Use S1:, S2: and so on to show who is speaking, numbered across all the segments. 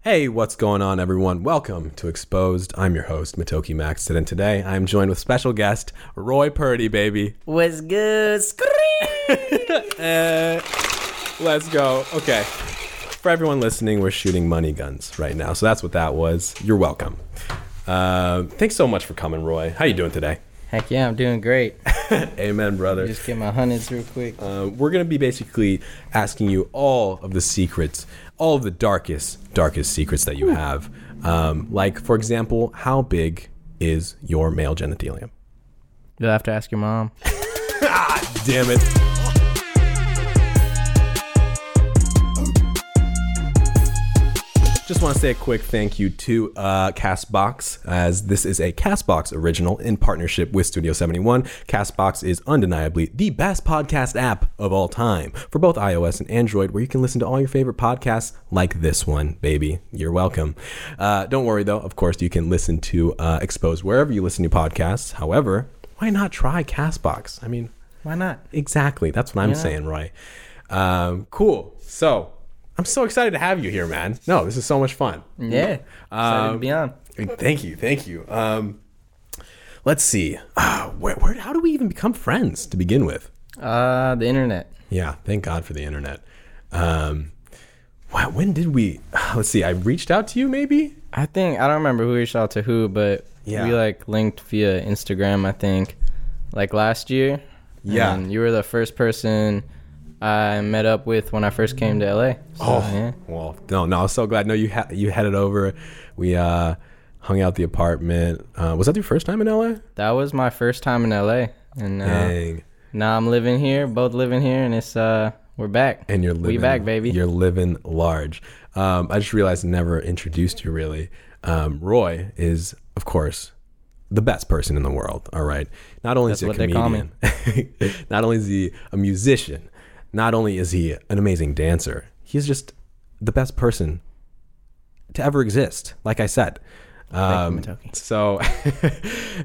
S1: Hey, what's going on, everyone? Welcome to Exposed. I'm your host, Matoki Max, and today I'm joined with special guest Roy Purdy, baby.
S2: Was good.
S1: Uh, let's go. Okay. For everyone listening, we're shooting money guns right now, so that's what that was. You're welcome. Uh, thanks so much for coming, Roy. How you doing today?
S2: Heck yeah, I'm doing great.
S1: Amen, brother.
S2: Just get my hundreds real quick.
S1: Uh, we're going to be basically asking you all of the secrets, all of the darkest, darkest secrets that you have. Um, like, for example, how big is your male genitalium?
S2: You'll have to ask your mom.
S1: Damn it. Just want to say a quick thank you to uh, Castbox, as this is a Castbox original in partnership with Studio 71. Castbox is undeniably the best podcast app of all time for both iOS and Android, where you can listen to all your favorite podcasts like this one, baby. You're welcome. Uh, don't worry, though. Of course, you can listen to uh, Expose wherever you listen to podcasts. However, why not try Castbox? I mean,
S2: Why not?
S1: Exactly. That's what I'm saying, Roy. Um, cool. So I'm so excited to have you here, man. No, this is so much fun.
S2: Yeah.
S1: Um,
S2: Excited to be on.
S1: Thank you. Thank you. Um, let's see. Uh, where, where, how do we even become friends to begin with?
S2: Uh, the internet.
S1: Yeah. Thank God for the internet. Um, wow, when did we? Let's see. I reached out to you, maybe?
S2: I think, I don't remember who reached out to who, but
S1: Yeah.
S2: we like linked via Instagram, I think, like last year.
S1: Yeah.
S2: And you were the first person I met up with when I first came to LA. So,
S1: Oh,
S2: yeah.
S1: well, no, no. I was so glad. No, you ha- you headed over. We uh, hung out at the apartment. Uh, was that your first time in LA?
S2: That was my first time in LA. And uh,
S1: Dang.
S2: now I'm living here, both living here, and it's, uh, we're back.
S1: and you're living
S2: We back, baby.
S1: You're living large. Um, I just realized I never introduced you really. Um, Roy is, of course, the best person in the world. All right. Not only is he a
S2: what they call
S1: comedian, not only is he a musician, not only is he an amazing dancer, he's just the best person to ever exist. Like I said. Um,
S2: Matoki.
S1: so,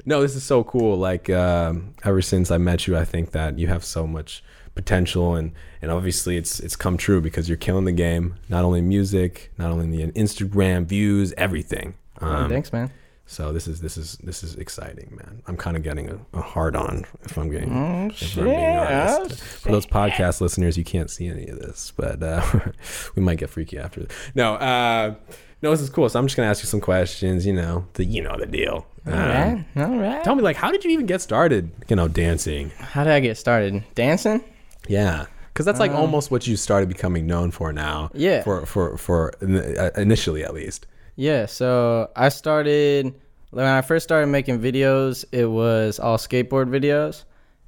S1: no, this is so cool. Like, um, ever since I met you, I think that you have so much potential, and and obviously it's it's come true because you're killing the game. Not only in music, not only in the Instagram views, everything. Um,
S2: Thanks, man.
S1: so this is this is this is exciting, man. I'm kind of getting a, a hard on if I'm getting
S2: Mm,
S1: if I'm being honest. For those podcast listeners, you can't see any of this, but uh, we might get freaky after this. No, uh, no, this is cool. So I'm just gonna ask you some questions. You know, the you know the deal. Um,
S2: All right, all right.
S1: Tell me, like, how did you even get started? You know, dancing.
S2: How did I get started? Dancing?
S1: Yeah. Because that's like almost what you started becoming known for now.
S2: Uh, Yeah.
S1: For for for uh, initially at least.
S2: Yeah. So I started when I first started making videos. It was all skateboard videos,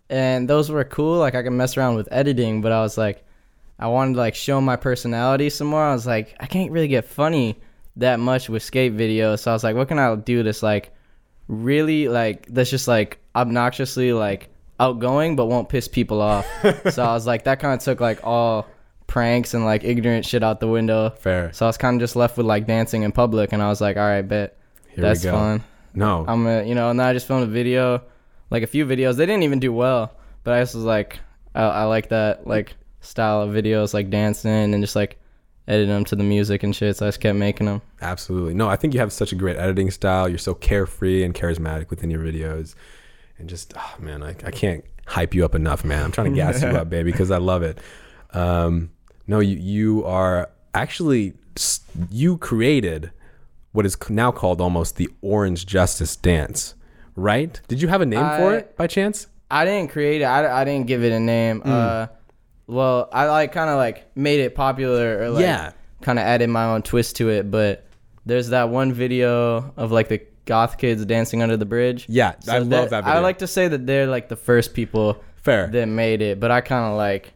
S2: and those were cool. Like I could mess around with editing, but I was like, I wanted to like show my personality some more. I was like, I can't really get funny that much with skate videos. So I was like, what can I do that's like really like that's just like obnoxiously like outgoing but won't piss people off. so I was like, that kind of took like all pranks and like ignorant shit out the window.
S1: Fair.
S2: So I was kind of just left with like dancing in public, and I was like, all right, bet.
S1: Here
S2: That's
S1: we go.
S2: fun.
S1: No.
S2: I'm gonna, you know, and then I just filmed a video, like a few videos. They didn't even do well, but I just was like, I, I like that like style of videos, like dancing and just like editing them to the music and shit. So I just kept making them.
S1: Absolutely. No, I think you have such a great editing style. You're so carefree and charismatic within your videos. And just, oh, man, I, I can't hype you up enough, man. I'm trying to gas you up, baby, because I love it. Um, no, you, you are actually, s- you created what is c- now called almost the Orange Justice Dance, right? Did you have a name for
S2: I-
S1: it by chance?
S2: I didn't create it. I, I didn't give it a name.
S1: Hmm.
S2: Uh, well, I like kind of like made it popular or like
S1: Yeah.
S2: kind of added my own twist to it. But there's that one video of like the goth kids dancing under the bridge.
S1: Yeah, I love that video.
S2: I like to say that they're like the first people
S1: Fair.
S2: that made it, but I kind of like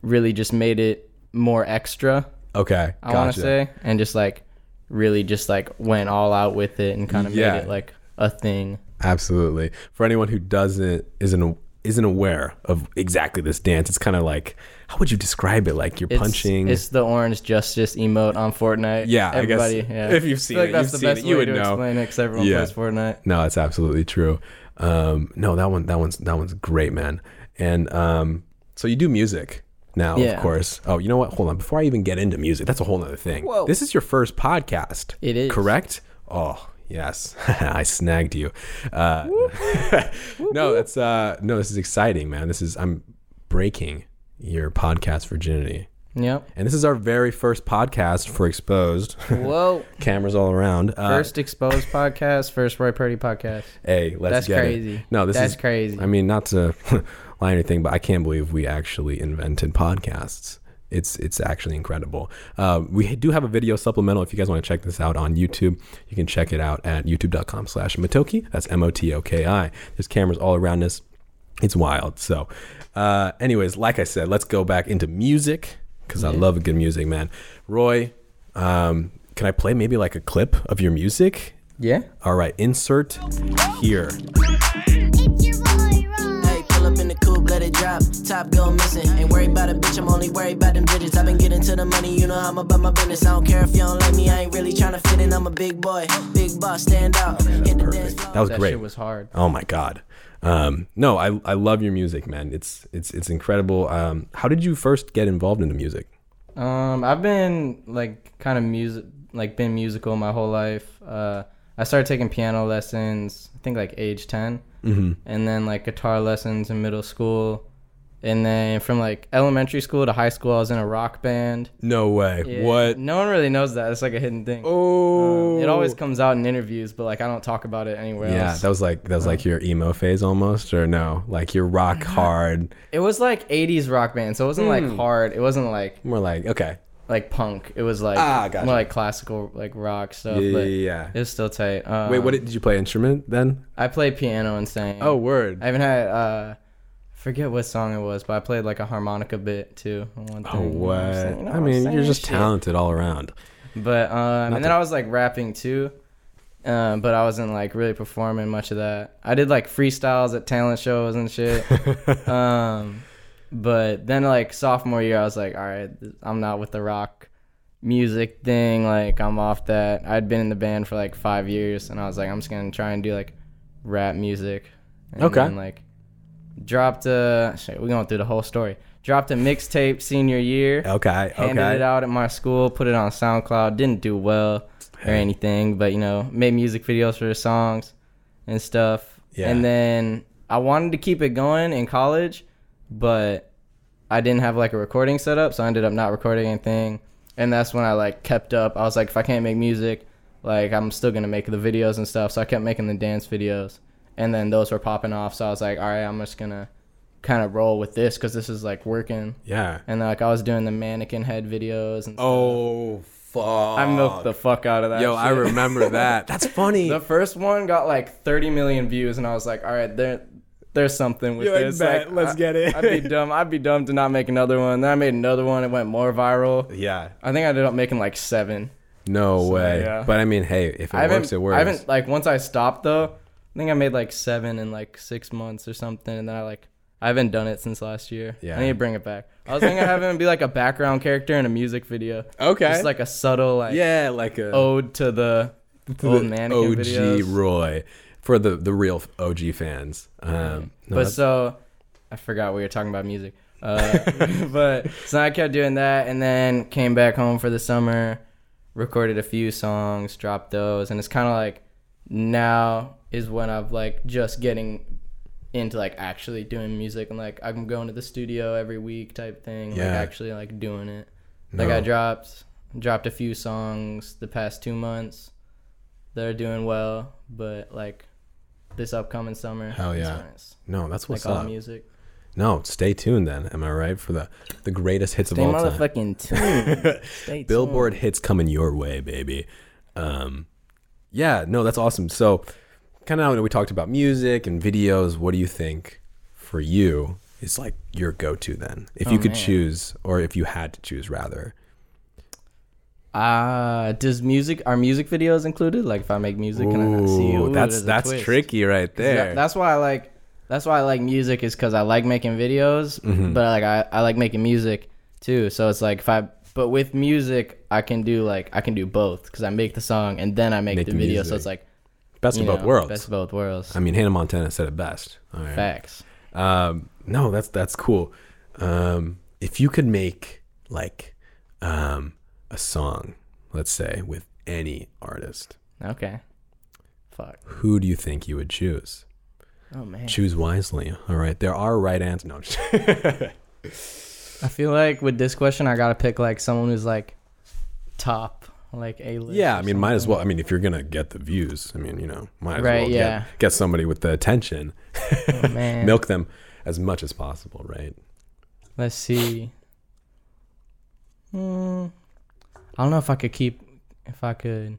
S2: really just made it more extra.
S1: okay.
S2: I want to say and just like really just like went all out with it and kind of
S1: Yeah.
S2: made it like a thing.
S1: Absolutely. For anyone who doesn't isn't isn't aware of exactly this dance, it's kind of like how would you describe it? Like you're
S2: It's-
S1: punching.
S2: It's the orange justice emote on Fortnite.
S1: Yeah, I guess
S2: everybody. yeah.
S1: if you've seen
S2: I feel like
S1: it,
S2: that's
S1: you've
S2: the
S1: seen
S2: best
S1: it, you
S2: way
S1: would
S2: to
S1: know.
S2: explain it 'cause everyone
S1: Yeah.
S2: plays Fortnite.
S1: no, it's absolutely true. Um, no, that one that one's that one's great, man. And um, so you do music. Now,
S2: Yeah.
S1: of course. Oh, you know what? Hold on. Before I even get into music, that's a whole nother thing.
S2: Whoa.
S1: This is your first podcast.
S2: It is.
S1: Correct? Oh, yes. I snagged you. Uh, no, that's uh no, this is exciting, man. This is I'm breaking your podcast virginity.
S2: Yep.
S1: And this is our very first podcast for Exposed.
S2: Whoa.
S1: Cameras all around. Uh,
S2: First exposed podcast, first Roy Purdy podcast.
S1: hey, let's
S2: That's
S1: get it.
S2: crazy.
S1: No, this
S2: That's
S1: is
S2: crazy.
S1: I mean, not to lie or anything, but I can't believe we actually invented podcasts. It's it's actually incredible. Uh, we do have a video supplemental. If you guys want to check this out on YouTube, you can check it out at youtube.com slash Motoki. That's M-O-T-O-K-I. There's cameras all around us. It's wild. So uh, anyways, like I said, let's go back into music because I love good music, man. Roy, um, can I play maybe like a clip of your music?
S2: Yeah.
S1: All right, insert here.
S3: It's your boy, Ron.
S4: Hey, pull up in the coupe, let it drop. Top go missing. Ain't worried about a bitch, I'm only worried about them digits. I've been getting to the money, you know I'm about my business. I don't care if you don't like me, I ain't really tryna fit in. I'm a big boy, big boss, stand out. Hit the dance
S1: Perfect.
S4: floor.
S1: That was
S2: That
S1: great.
S2: shit was hard.
S1: Oh my god. Um, no, I I love your music, man. It's it's it's incredible. Um, how did you first get involved into music?
S2: Um, I've been like kind of music, like been musical my whole life. Uh, I started taking piano lessons, I think like age 10 mm-hmm. and then like guitar lessons in middle school, and then from like elementary school to high school, I was in a rock band.
S1: No way.
S2: Yeah.
S1: What?
S2: No one really knows that. It's like a hidden thing.
S1: Oh.
S2: It always comes out in interviews, but like I don't talk about it anywhere
S1: Yeah,
S2: else.
S1: that was like that was like your emo phase almost, or no? Like your rock hard.
S2: it was like 80s rock band, so it wasn't
S1: Hmm.
S2: like hard. It wasn't like
S1: More like okay.
S2: like punk. It was like
S1: Ah, gotcha.
S2: more like classical like rock stuff.
S1: Yeah,
S2: but
S1: yeah,
S2: It
S1: yeah.
S2: was still tight. Um,
S1: Wait, what did, did you play instrument then?
S2: I play piano and sang.
S1: Oh, word.
S2: I haven't had. uh Forget what song it was, but I played like a harmonica bit too. on one
S1: Oh,
S2: thing, you know
S1: what?
S2: what I'm saying? You
S1: I
S2: know what I'm
S1: mean,
S2: saying?
S1: you're just
S2: Shit.
S1: talented all around.
S2: But um, and then
S1: to-
S2: I was like rapping too, um, but I wasn't like really performing much of that. I did like freestyles at talent shows and shit. um, but then like sophomore year, I was like, all right, th- I'm not with the rock music thing. Like I'm off that. I'd been in the band for like five years, and I was like, I'm just gonna try and do like rap music. And
S1: Okay.
S2: Then, like dropped a shit, we're going through the whole story. Dropped a mixtape senior year
S1: Okay,
S2: handed
S1: okay.
S2: it out at my school, put it on SoundCloud. Didn't do well or anything, but you know, made music videos for the songs and stuff.
S1: Yeah.
S2: And then I wanted to keep it going in college, but I didn't have like a recording setup, so I ended up not recording anything. And that's when I like kept up. I was like, if I can't make music, like I'm still gonna make the videos and stuff. So I kept making the dance videos, and then those were popping off. So I was like, all right, I'm just gonna kind of roll with this because this is like working
S1: Yeah.
S2: and like I was doing the mannequin head videos. And
S1: Oh fuck.
S2: I milked the fuck out of that.
S1: Yo, I
S2: shit.
S1: remember that. That's funny.
S2: the first one got like 30 million views, and I was like, all right, there, there's something with
S1: Yo, I
S2: this.
S1: bet.
S2: Like,
S1: Let's
S2: I-
S1: get it.
S2: I'd be dumb. I'd be dumb to not make another one. Then I made another one. It went more viral.
S1: yeah.
S2: I think I ended up making like seven.
S1: No way.
S2: yeah.
S1: But I mean, hey, if it
S2: I haven't.
S1: works, it works.
S2: I haven't like once I stopped though. I think I made like seven in like six months or something, and then I like. I haven't done it since last year.
S1: Yeah.
S2: I need to bring it back. I was thinking of having it be like a background character in a music video.
S1: Okay.
S2: Just like a subtle like
S1: yeah, like a
S2: ode to the old
S1: the
S2: Oh, mannequin
S1: OG
S2: videos.
S1: Roy for the the real OG fans. Um, no,
S2: but
S1: that's-
S2: so I forgot we were talking about music. Uh, but so I kept doing that, and then came back home for the summer, recorded a few songs, dropped those, and it's kind of like now is when I've like just getting into like actually doing music and like I'm going to the studio every week type thing,
S1: Yeah.
S2: like actually like doing it. Like I
S1: No.
S2: dropped dropped a few songs the past two months that are doing well, but like this upcoming summer.
S1: Hell
S2: it's
S1: yeah.
S2: when it's
S1: no, that's what's
S2: like all
S1: up.
S2: music.
S1: No, stay tuned then. Am I right for the the greatest hits
S2: Stay
S1: of all time?
S2: motherfucking tuned. Stay
S1: Billboard hits coming your way, baby. Um, yeah, no, that's awesome. So, kind of we talked about music and videos. What do you think for you is like your go to then? If you could
S2: man.
S1: choose, or if you had to choose, rather.
S2: tuned. Uh, does music are music videos included? Like if I make music, can I not see?
S1: Ooh,
S2: Ooh,
S1: that's
S2: there's a
S1: that's
S2: twist.
S1: tricky right
S2: Yeah,
S1: there.
S2: that's why I like. That's why I like music is because I like making videos,
S1: Mm-hmm.
S2: but like I, I like making music too. So it's like if I but with music I can do like I can do both because I make the song and then I make,
S1: Make
S2: the
S1: the
S2: video.
S1: music.
S2: So it's like
S1: best
S2: you
S1: of both
S2: know,
S1: worlds.
S2: Best of both worlds.
S1: I mean, Hannah Montana said it best. All right.
S2: Facts.
S1: Um, no, that's that's cool. Um, if you could make like um, a song, let's say, with any artist,
S2: Okay. Fuck.
S1: who do you think you would choose?
S2: Oh man.
S1: Choose wisely. All right, there are right answers. No, I'm just-
S2: I feel like with this question, I gotta pick like someone who's like top, like a list.
S1: yeah, I mean, might as well. I mean, if you're gonna get the views, I mean, you know, might as
S2: Right,
S1: well
S2: yeah.
S1: get, get somebody with the attention,
S2: Oh, man.
S1: milk them as much as possible, right?
S2: Let's see. Hmm. I don't know if I could keep if I could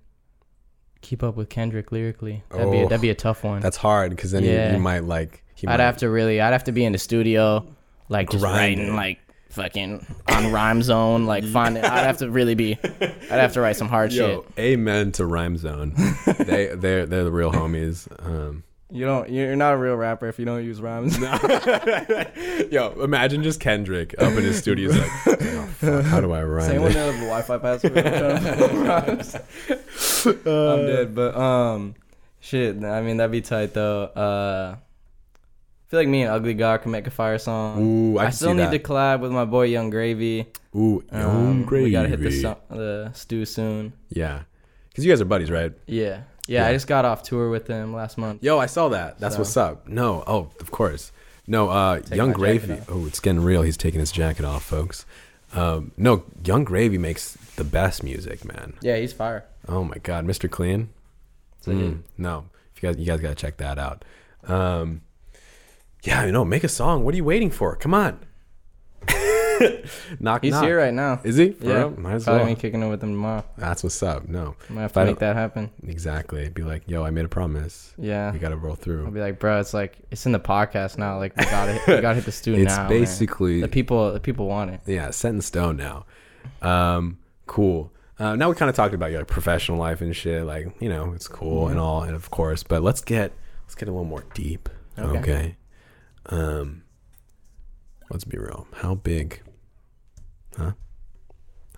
S2: keep up with Kendrick lyrically. That'd be a,
S1: Oh,
S2: that'd be a tough one.
S1: That's hard because then you- you,
S2: Yeah.
S1: might like. He
S2: I'd
S1: might,
S2: have to really. I'd have to be in the studio, like just
S1: Grinding.
S2: writing like fucking on Rhyme Zone, like finding. I'd have to really be. I'd have to write some hard
S1: Yo,
S2: shit.
S1: amen to Rhyme Zone. they they're they're the real homies. Um,
S2: You don't. You're not a real rapper if you don't use rhymes.
S1: yo, imagine just Kendrick up in his studio, he's like, "Oh, fuck, how do I rhyme?
S2: Anyone
S1: this?"
S2: know the Wi-Fi password? I'm trying to find rhymes. I'm dead, but um, shit. nah, I mean, that'd be tight though. Uh, I feel like me and Ugly God can make a fire song.
S1: Ooh, I
S2: I
S1: can
S2: still
S1: see
S2: need
S1: that.
S2: to collab with my boy Young Gravy.
S1: Ooh,
S2: Um,
S1: gravy.
S2: We gotta hit the, so- the stew soon.
S1: Yeah, because you guys are buddies, right?
S2: Yeah. yeah,
S1: Yeah.
S2: I just got off tour with him last month.
S1: Yo, I saw that. That's
S2: So-
S1: what's up. No, oh, of course. No, uh, Young
S2: my jacket
S1: Gravy. Oh, it's getting real. He's taking his jacket off, folks. Um, no, Young Gravy makes the best music, man.
S2: Yeah, he's fire.
S1: Oh my God, Mr. Clean. Mm, no, if you guys, you guys gotta check that out. Um, yeah, you know, make a song. What are you waiting for? Come on. knock,
S2: He's
S1: knock.
S2: here right now.
S1: Is he? For
S2: yeah,
S1: real? Might as
S2: probably
S1: well.
S2: me kicking it with him tomorrow.
S1: That's what's up. No,
S2: I'm gonna have
S1: If I
S2: to make
S1: don't-
S2: that happen.
S1: exactly. Be like, yo, I made a promise.
S2: Yeah.
S1: We gotta roll through.
S2: I'll be like, bro, it's like it's in the podcast now. Like we gotta we gotta hit the studio
S1: It's
S2: now. man."
S1: basically-
S2: the people the people want it.
S1: yeah, set in stone now. Um, cool. Uh, now we kind of talked about your like, professional life and shit. Like, you know, it's cool
S2: Mm-hmm.
S1: and all, and of course. But let's get let's get a little more deep. Okay.
S2: Okay.
S1: Um, let's be real. How big? Huh?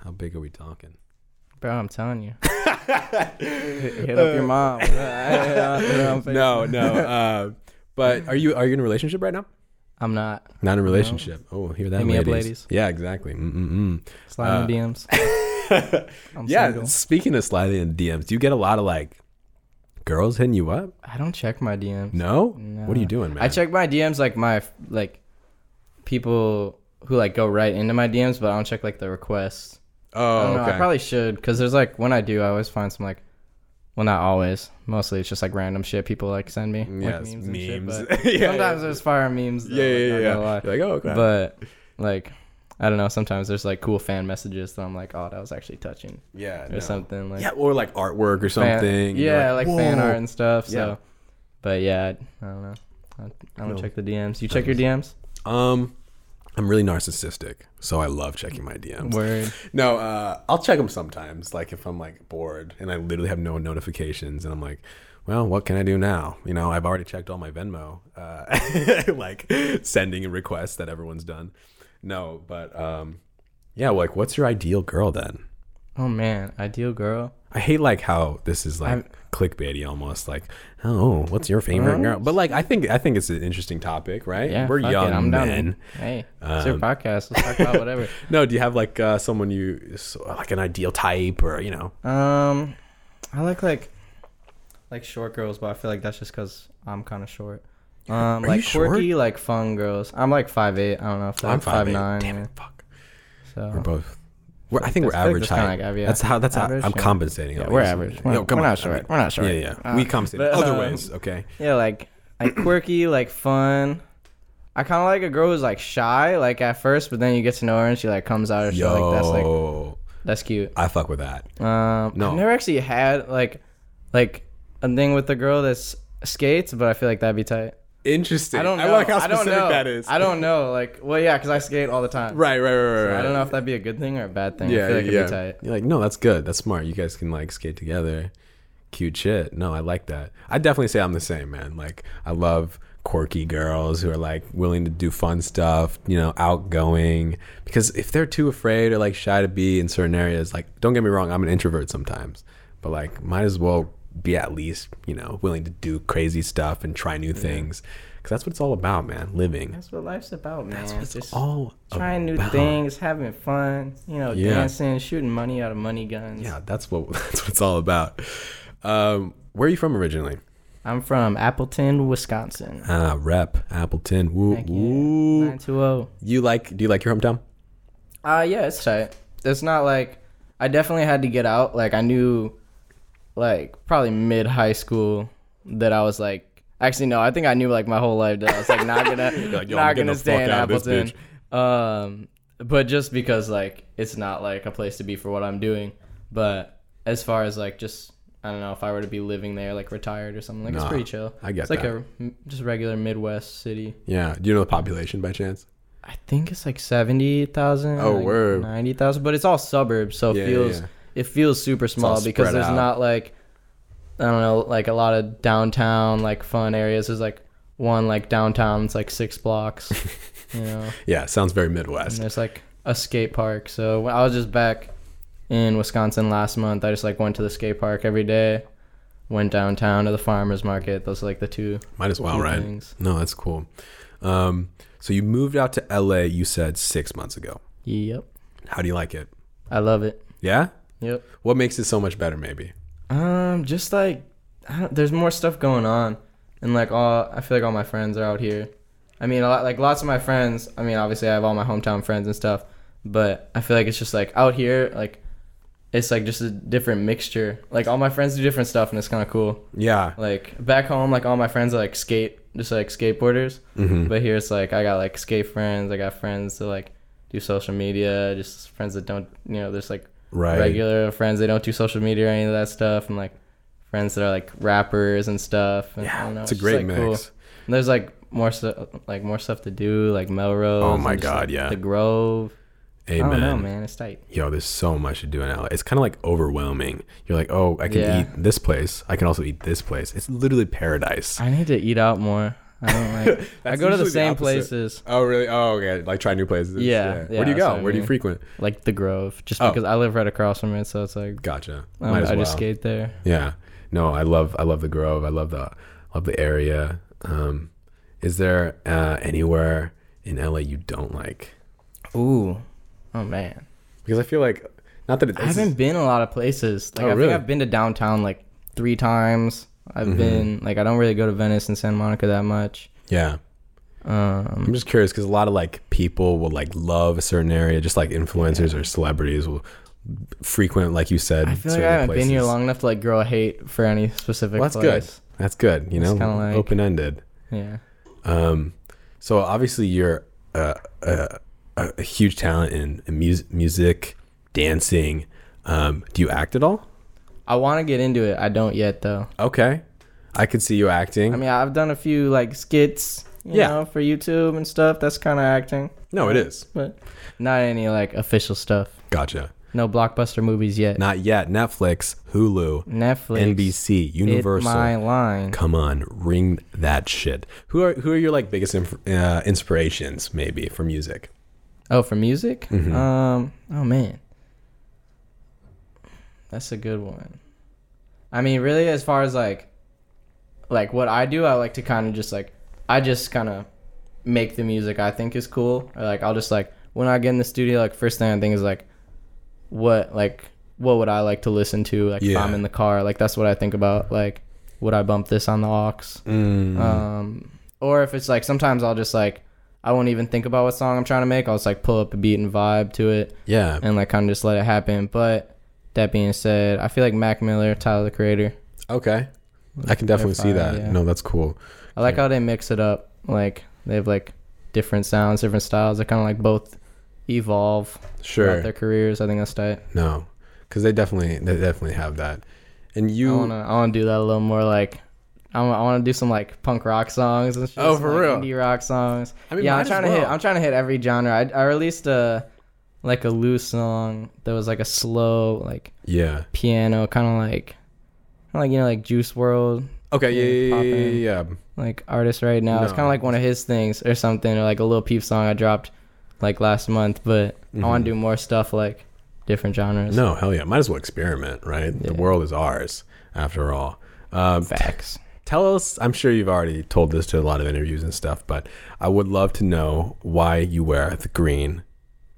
S1: How big are we talking?
S2: Bro, I'm telling you. hit hit up your mom.
S1: Uh,
S2: I'm
S1: No, no. Uh, but are you are you in a relationship right now?
S2: not
S1: Not in a relationship. Oh, hear that,
S2: Hit me up, ladies.
S1: Yeah, exactly. Mm, Mm-mm-mm. Uh,
S2: sliding DMs. I'm
S1: Yeah.
S2: single.
S1: Speaking of sliding in DMs, do you get a lot of like girls hitting you up?
S2: I don't check my DMs.
S1: No? What are you
S2: No.
S1: doing, man?
S2: I check my DMs like my like people who like go right into my DMs, but I don't check like the requests.
S1: Oh,
S2: I don't know,
S1: okay.
S2: I probably should because there's like when I do, I always find some like, well, not always. Mostly it's just like random shit people like send me.
S1: Yes,
S2: like and shit,
S1: memes.
S2: but
S1: Yeah,
S2: sometimes
S1: yeah.
S2: there's fire memes. Though,
S1: yeah,
S2: like,
S1: yeah,
S2: not
S1: yeah.
S2: gonna lie.
S1: You're like, oh, okay.
S2: But like, I don't know. Sometimes there's like cool fan messages that I'm like, oh, that was actually touching
S1: yeah,
S2: or
S1: no.
S2: something like
S1: yeah, or like artwork or
S2: fan-
S1: something. and you're
S2: yeah, like, fan
S1: whoa.
S2: art and stuff. So,
S1: Yeah.
S2: but yeah, I, I don't know. I, I don't
S1: No.
S2: check the DMs. You check your DMs?
S1: Um, I'm really narcissistic, so I love checking my DMs.
S2: Word.
S1: No, uh, I'll check them sometimes. Like if I'm like bored and I literally have no notifications, and I'm like, well, what can I do now? You know, I've already checked all my Venmo, uh, like sending requests that everyone's done. No, but um, yeah, like, what's your ideal girl then?
S2: Oh man, ideal girl.
S1: I hate like how this is like
S2: I'm-
S1: clickbaity almost like oh what's your favorite girl but like I think I think it's an interesting topic right
S2: Yeah,
S1: we're
S2: fuck it,
S1: young
S2: I'm down.
S1: men Um,
S2: Hey, it's your podcast. Let's talk about whatever.
S1: no do you have like uh, someone you so, like an ideal type or you know
S2: Um, I like like like short girls, but I feel like that's just because I'm kind of short. Um,
S1: you
S2: like quirky,
S1: short?
S2: like fun girls. I'm like five eight. I don't know if
S1: I'm
S2: that's
S1: five
S2: five
S1: eight.
S2: nine.
S1: damn it fuck we're
S2: So
S1: both we're, I think we're
S2: That's- I think
S1: average
S2: that's kinda
S1: height
S2: like av- yeah.
S1: that's how that's
S2: Average,
S1: how I'm
S2: yeah.
S1: compensating
S2: yeah,
S1: at
S2: we're
S1: least.
S2: average.
S1: Yo,
S2: We're,
S1: come
S2: we're
S1: on.
S2: not short. We're not short.
S1: yeah yeah we compensate
S2: but,
S1: other
S2: um,
S1: ways okay
S2: Yeah, like like quirky, like fun. I kind of like a girl who's like shy, like at first, but then you get to know her and she like comes out or shit.
S1: yo
S2: Like that's like that's cute.
S1: I fuck with that
S2: Um,
S1: No.
S2: I've never actually had like like a thing with a girl that's skates, but I feel like that'd be tight.
S1: interesting
S2: I don't know.
S1: I like how
S2: I don't
S1: specific
S2: know.
S1: that is
S2: I don't know. Like, well, yeah, because I skate all the time.
S1: right right right right, right.
S2: I don't know if that'd be a good thing or a bad thing. I feel like it'd be tight.
S1: You're like, no, that's good. That's smart. You guys can like skate together. Cute shit. No, I like that. I definitely say I'm the same, man. Like, I love quirky girls who are like willing to do fun stuff, you know, outgoing. Because if they're too afraid or like shy to be in certain areas, like, don't get me wrong, I'm an introvert sometimes. but like might as well be at least you know willing to do crazy stuff and try new things because that's what it's all about, man. Living.
S2: That's what life's about, man. Just
S1: all
S2: trying new
S1: about-
S2: things, having fun, you know,
S1: Yeah.
S2: dancing, shooting money out of money guns.
S1: Yeah, that's what that's what it's all about. Um, where are you from originally?
S2: I'm from Appleton, Wisconsin.
S1: Ah, rep Appleton. Woo,
S2: Thank you.
S1: woo.
S2: 920.
S1: You like? Do you like your hometown?
S2: Uh yeah, it's tight. It's not like I definitely had to get out. Like I knew like probably mid high school that I was like actually no, I think I knew like my whole life that I was like not gonna
S1: like, yo, I'm
S2: not
S1: getting the
S2: gonna
S1: fuck
S2: stay in
S1: out of
S2: Appleton.
S1: this
S2: Um but just because like it's not like a place to be for what I'm doing. But as far as like just I don't know if I were to be living there, like retired or something. Like it's
S1: Nah,
S2: pretty chill.
S1: I get
S2: it's like
S1: that.
S2: a m- just regular Midwest city.
S1: Yeah. Do you know the population by chance?
S2: I think it's like seventy thousand.
S1: Oh, word.
S2: ninety thousand. But it's all suburbs, so it
S1: Yeah, yeah,
S2: feels
S1: yeah.
S2: it feels super small because
S1: spread
S2: there's
S1: out.
S2: not like I don't know, like a lot of downtown like fun areas. There's like one like downtown. It's like six blocks, you know.
S1: Yeah, it sounds very
S2: And
S1: Midwest.
S2: there's like a skate park. So when I was just back in Wisconsin last month. I just like went to the skate park every day. Went downtown to the farmers market. Those are like the two.
S1: Might as well,
S2: few
S1: right?
S2: things.
S1: No, that's cool. Um, so you moved out to LA. You said six months ago.
S2: Yep,
S1: How do you like it?
S2: I love it.
S1: Yeah.
S2: Yep.
S1: What makes it so much better? Maybe.
S2: Um, just like I don't, there's more stuff going on, and like all I feel like all my friends are out here. I mean, a lot like lots of my friends. I mean, obviously I have all my hometown friends and stuff, but I feel like it's just like out here, like it's like just a different mixture. Like all my friends do different stuff, and it's kind of cool.
S1: Yeah.
S2: Like back home, like all my friends are like skate, just like skateboarders.
S1: Mm-hmm.
S2: But here it's like I got like skate friends. I got friends that like do social media. Just friends that don't, you know, there's like
S1: Right.
S2: regular friends that don't do social media or any of that stuff, and like friends that are like rappers and stuff. And, I
S1: Yeah,
S2: don't know,
S1: it's a
S2: just,
S1: great
S2: like,
S1: mix.
S2: And there's like more stuff, like more stuff to do, like Melrose.
S1: Oh my
S2: and just,
S1: God,
S2: like,
S1: yeah.
S2: The Grove.
S1: Amen.
S2: I don't know, man. It's tight.
S1: Yo, there's so much to do in LA. It's kind of like overwhelming. You're like, oh, I can
S2: Yeah.
S1: eat this place. I can also eat this place. It's literally paradise.
S2: I need to eat out more. I don't like. I
S1: That's
S2: go to
S1: usually
S2: the
S1: the
S2: same
S1: opposite.
S2: places.
S1: Oh, really? Oh, okay. Like try new places.
S2: Yeah, yeah,
S1: Where do you
S2: that's
S1: go?
S2: what I
S1: Where do you
S2: mean.
S1: frequent?
S2: like the Grove, just
S1: Oh.
S2: because I live right across from it, so it's like
S1: Gotcha.
S2: um,
S1: Might as
S2: I just
S1: well.
S2: skate there.
S1: Yeah. No, I love I love the Grove. I love the love the area. Um, is there uh, anywhere in LA you don't like?
S2: Ooh, oh man,
S1: Because I feel like not that it,
S2: I haven't been a lot of places. Like
S1: Oh,
S2: I
S1: really?
S2: think I've been to downtown like three times. I've been like I don't really go to Venice and Santa Monica that much.
S1: Yeah.
S2: Um,
S1: I'm just curious because a lot of like people will like love a certain area, just like influencers or celebrities will frequent, like you said.
S2: I feel like I haven't been here long enough to like grow a hate for any specific.
S1: Well, that's good.
S2: place.
S1: That's good. You know,
S2: kinda like-
S1: open ended.
S2: good. Yeah.
S1: Um, so obviously you're a, a, a a huge talent in music, music, dancing. Um, do you act at all?
S2: I want to get into it. I don't yet though.
S1: Okay, I could see you acting.
S2: I mean, I've done a few like skits, you
S1: Yeah.
S2: know, for YouTube and stuff. That's kind of acting,
S1: no, it is.
S2: but not any like official stuff.
S1: Gotcha.
S2: No blockbuster movies yet.
S1: Not yet. Netflix, Hulu,
S2: Netflix.
S1: NBC,
S2: hit
S1: Universal.
S2: my line.
S1: Come on, ring that shit. Who are who are your like biggest inf- uh, inspirations maybe for music?
S2: Oh, for music?
S1: Mm-hmm.
S2: Um. Oh man, that's a good one. I mean, really, as far as like, like what I do, I like to kind of just like, I just kind of make the music I think is cool. Or like, I'll just like when I get in the studio, like first thing I think is like, what like what would I like to listen to? Like if
S1: Yeah.
S2: I'm in the car, like that's what I think about. Like, would I bump this on the aux? Um, or if it's like sometimes I'll just like I won't even think about what song I'm trying to make. I'll just like pull up a beat and vibe to it
S1: Yeah.
S2: and like kind of just let it happen. But that being said, I feel like Mac Miller, Tyler the Creator,
S1: Okay. I can definitely see
S2: fine,
S1: that.
S2: yeah.
S1: No, that's cool.
S2: I like how they mix it up. Like they have like different sounds, different styles. They kind of like both evolve
S1: Sure.
S2: throughout their careers. I think that's tight.
S1: No, because they definitely they definitely have that. And
S2: I
S1: you,
S2: wanna I wanna do that a little more like. I wanna- I want to do some like punk rock songs and shit,
S1: Oh,
S2: some,
S1: for
S2: like,
S1: real?
S2: indie rock songs.
S1: I mean,
S2: yeah,
S1: might
S2: I'm
S1: as
S2: trying to hit.
S1: well.
S2: I'm trying to hit every genre. I, I released a like a loose song that was like a slow like
S1: yeah.
S2: piano, kind of like kinda like you know like Juice World
S1: Okay, yeah, yeah,
S2: pop
S1: yeah,
S2: in.
S1: yeah, yeah.
S2: like artist right now. It's
S1: No.
S2: kind of like one of his things or something, or like a little peep song I dropped like last month. But I want to do more stuff like different genres.
S1: Mm-hmm. No, hell yeah. Might as well experiment, right? The world is ours, after all. Um,
S2: Facts.
S1: tell us, I'm sure you've already told this to a lot of interviews and stuff, but I would love to know why you wear the green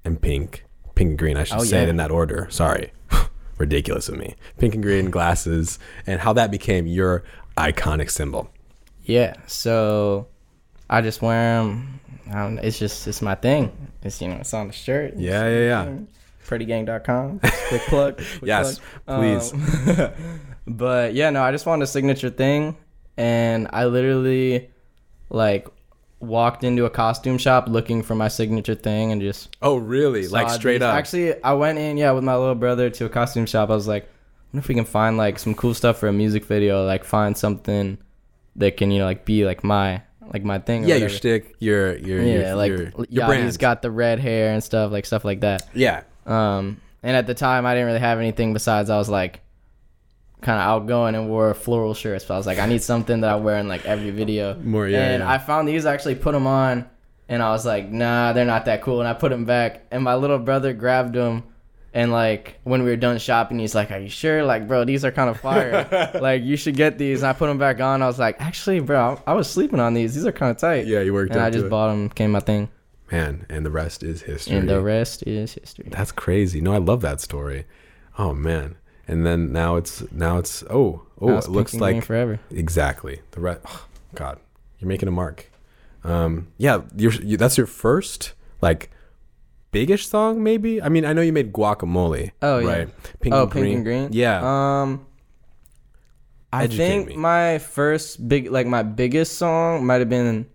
S1: and pink. Pink and green, I should
S2: Oh,
S1: say it
S2: yeah.
S1: in that order. Sorry. Ridiculous of me. Pink and green glasses and how that became your iconic symbol.
S2: Yeah, so I just wear them. Um, it's just it's my thing. It's you know it's on the shirt. It's
S1: Yeah, yeah,
S2: Mm-hmm.
S1: yeah.
S2: prettygang.com. Quick plug. quick
S1: Yes,
S2: plug.
S1: please.
S2: Um, but yeah, no, I just wanted a signature thing, and I literally like walked into a costume shop looking for my signature thing and just
S1: Oh, really? like
S2: saw
S1: straight
S2: these-
S1: up.
S2: Actually, I went in yeah with my little brother to a costume shop. I was like, I wonder if we can find like some cool stuff for a music video. Like find something that can you know like be like my like my thing. or
S1: yeah, your
S2: whatever."
S1: shtick, your your
S2: Yeah,
S1: your,
S2: like
S1: your,
S2: your,
S1: your brand.
S2: has got the red hair and stuff like stuff like that.
S1: yeah,
S2: Um, and at the time, I didn't really have anything besides I was like kind of outgoing and wore floral shirts. But I was like, I need something that I wear in like every video.
S1: More, yeah,
S2: And
S1: yeah.
S2: I found these. I actually put them on, and I was like, Nah, they're not that cool. And I put them back. And my little brother grabbed them. And like when we were done shopping, he's like, "Are you sure? Like, bro, these are kind of fire. like, you should get these." And I put them back on. I was like, "Actually, bro, I I was sleeping on these. These are kind of tight."
S1: Yeah, you worked
S2: And
S1: up
S2: I
S1: to
S2: just
S1: it.
S2: bought them. Came my thing.
S1: man. And the rest is history.
S2: And the rest is history.
S1: That's crazy. No, I love that story. Oh man. And then now it's now it's oh oh
S2: Now it's
S1: it looks
S2: pink and green
S1: like
S2: forever.
S1: exactly the red. God, you're making a mark. Um, yeah, you're, you, that's your first like biggish song maybe. I mean, I know you made Guacamole.
S2: Oh, yeah.
S1: right. Pink
S2: oh,
S1: and
S2: pink
S1: green.
S2: and green.
S1: Yeah,
S2: Um, I
S1: Educate
S2: think
S1: me.
S2: my first big, like my biggest song, might have been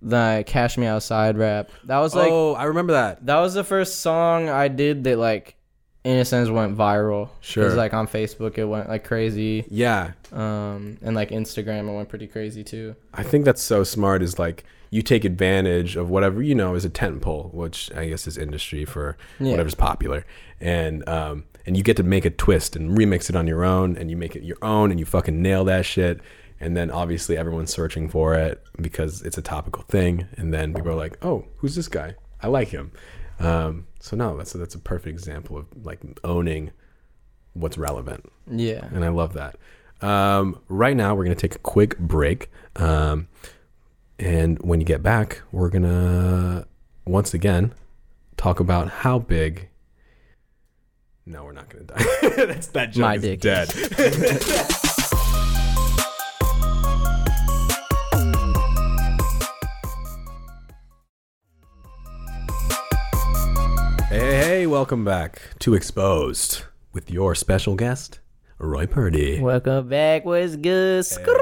S2: the "Cash Me Outside" rap. That was like
S1: oh, I remember that.
S2: that was the first song I did that like, in a sense, went viral. 'Cause,
S1: Sure.
S2: like on Facebook, it went like crazy.
S1: Yeah,
S2: Um, and like Instagram, it went pretty crazy too.
S1: I think that's so smart is like you take advantage of whatever you know is a tent pole, which I guess is industry for
S2: Yeah.
S1: whatever's popular, and um, and you get to make a twist and remix it on your own, and you make it your own, and you fucking nail that shit, and then obviously everyone's searching for it because it's a topical thing, and then people are like, oh, who's this guy? I like him. Um, so no, that's that's a perfect example of like owning what's relevant
S2: Yeah.
S1: and I love that. Um, right now, we're going to take a quick break. Um, and when you get back, we're going to once again talk about how big. No, we're not going to die. That's that joke
S2: My
S1: is
S2: dick.
S1: dead. Hey, hey, hey, welcome back to Exposed with your special guest, Roy Purdy.
S2: Welcome back. What's good?
S1: Scree-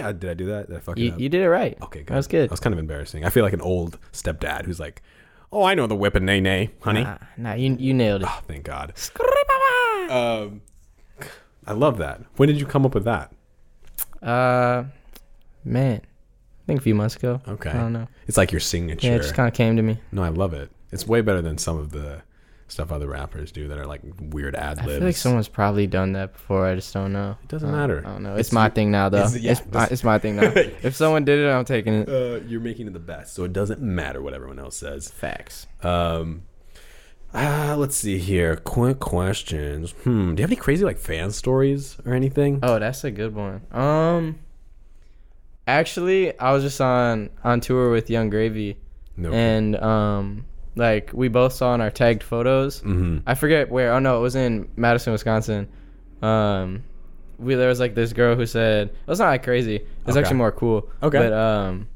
S1: I- Did I do that? Did I fuck it
S2: You,
S1: up?
S2: you did it right.
S1: Okay, good.
S2: That was good.
S1: That was kind of embarrassing. I feel like an old stepdad who's like, "Oh, I know the whip and nay nay, honey."
S2: Nah, nah, you you nailed it.
S1: Oh, thank God. Um, I love that. When did you come up with that?
S2: Uh, man, I think a few months ago.
S1: Okay.
S2: I don't know.
S1: It's like your signature.
S2: Yeah, it just kind of came to me.
S1: no, I love it. It's way better than some of the stuff other rappers do that are like weird ad libs.
S2: I feel like someone's probably done that before. I just don't know. It
S1: doesn't matter.
S2: I don't know. It's, my thing now, though.
S1: it's-
S2: It's,
S1: yeah,
S2: my, it's my thing now. if someone did it, I'm taking it.
S1: Uh, you're making it the best, so it doesn't matter what everyone else says.
S2: Facts.
S1: Um, ah, let's see here. Quick questions. Hmm. Do you have any crazy like fan stories or anything?
S2: Oh, that's a good one. Um, actually, I was just on on tour with Young Gravy,
S1: no.
S2: and um, like we both saw in our tagged photos.
S1: mm-hmm.
S2: I forget where. Oh no, it was in Madison, Wisconsin. Um, we there was like this girl who said it was not like crazy. It's
S1: Okay.
S2: actually more cool.
S1: Okay.
S2: But um,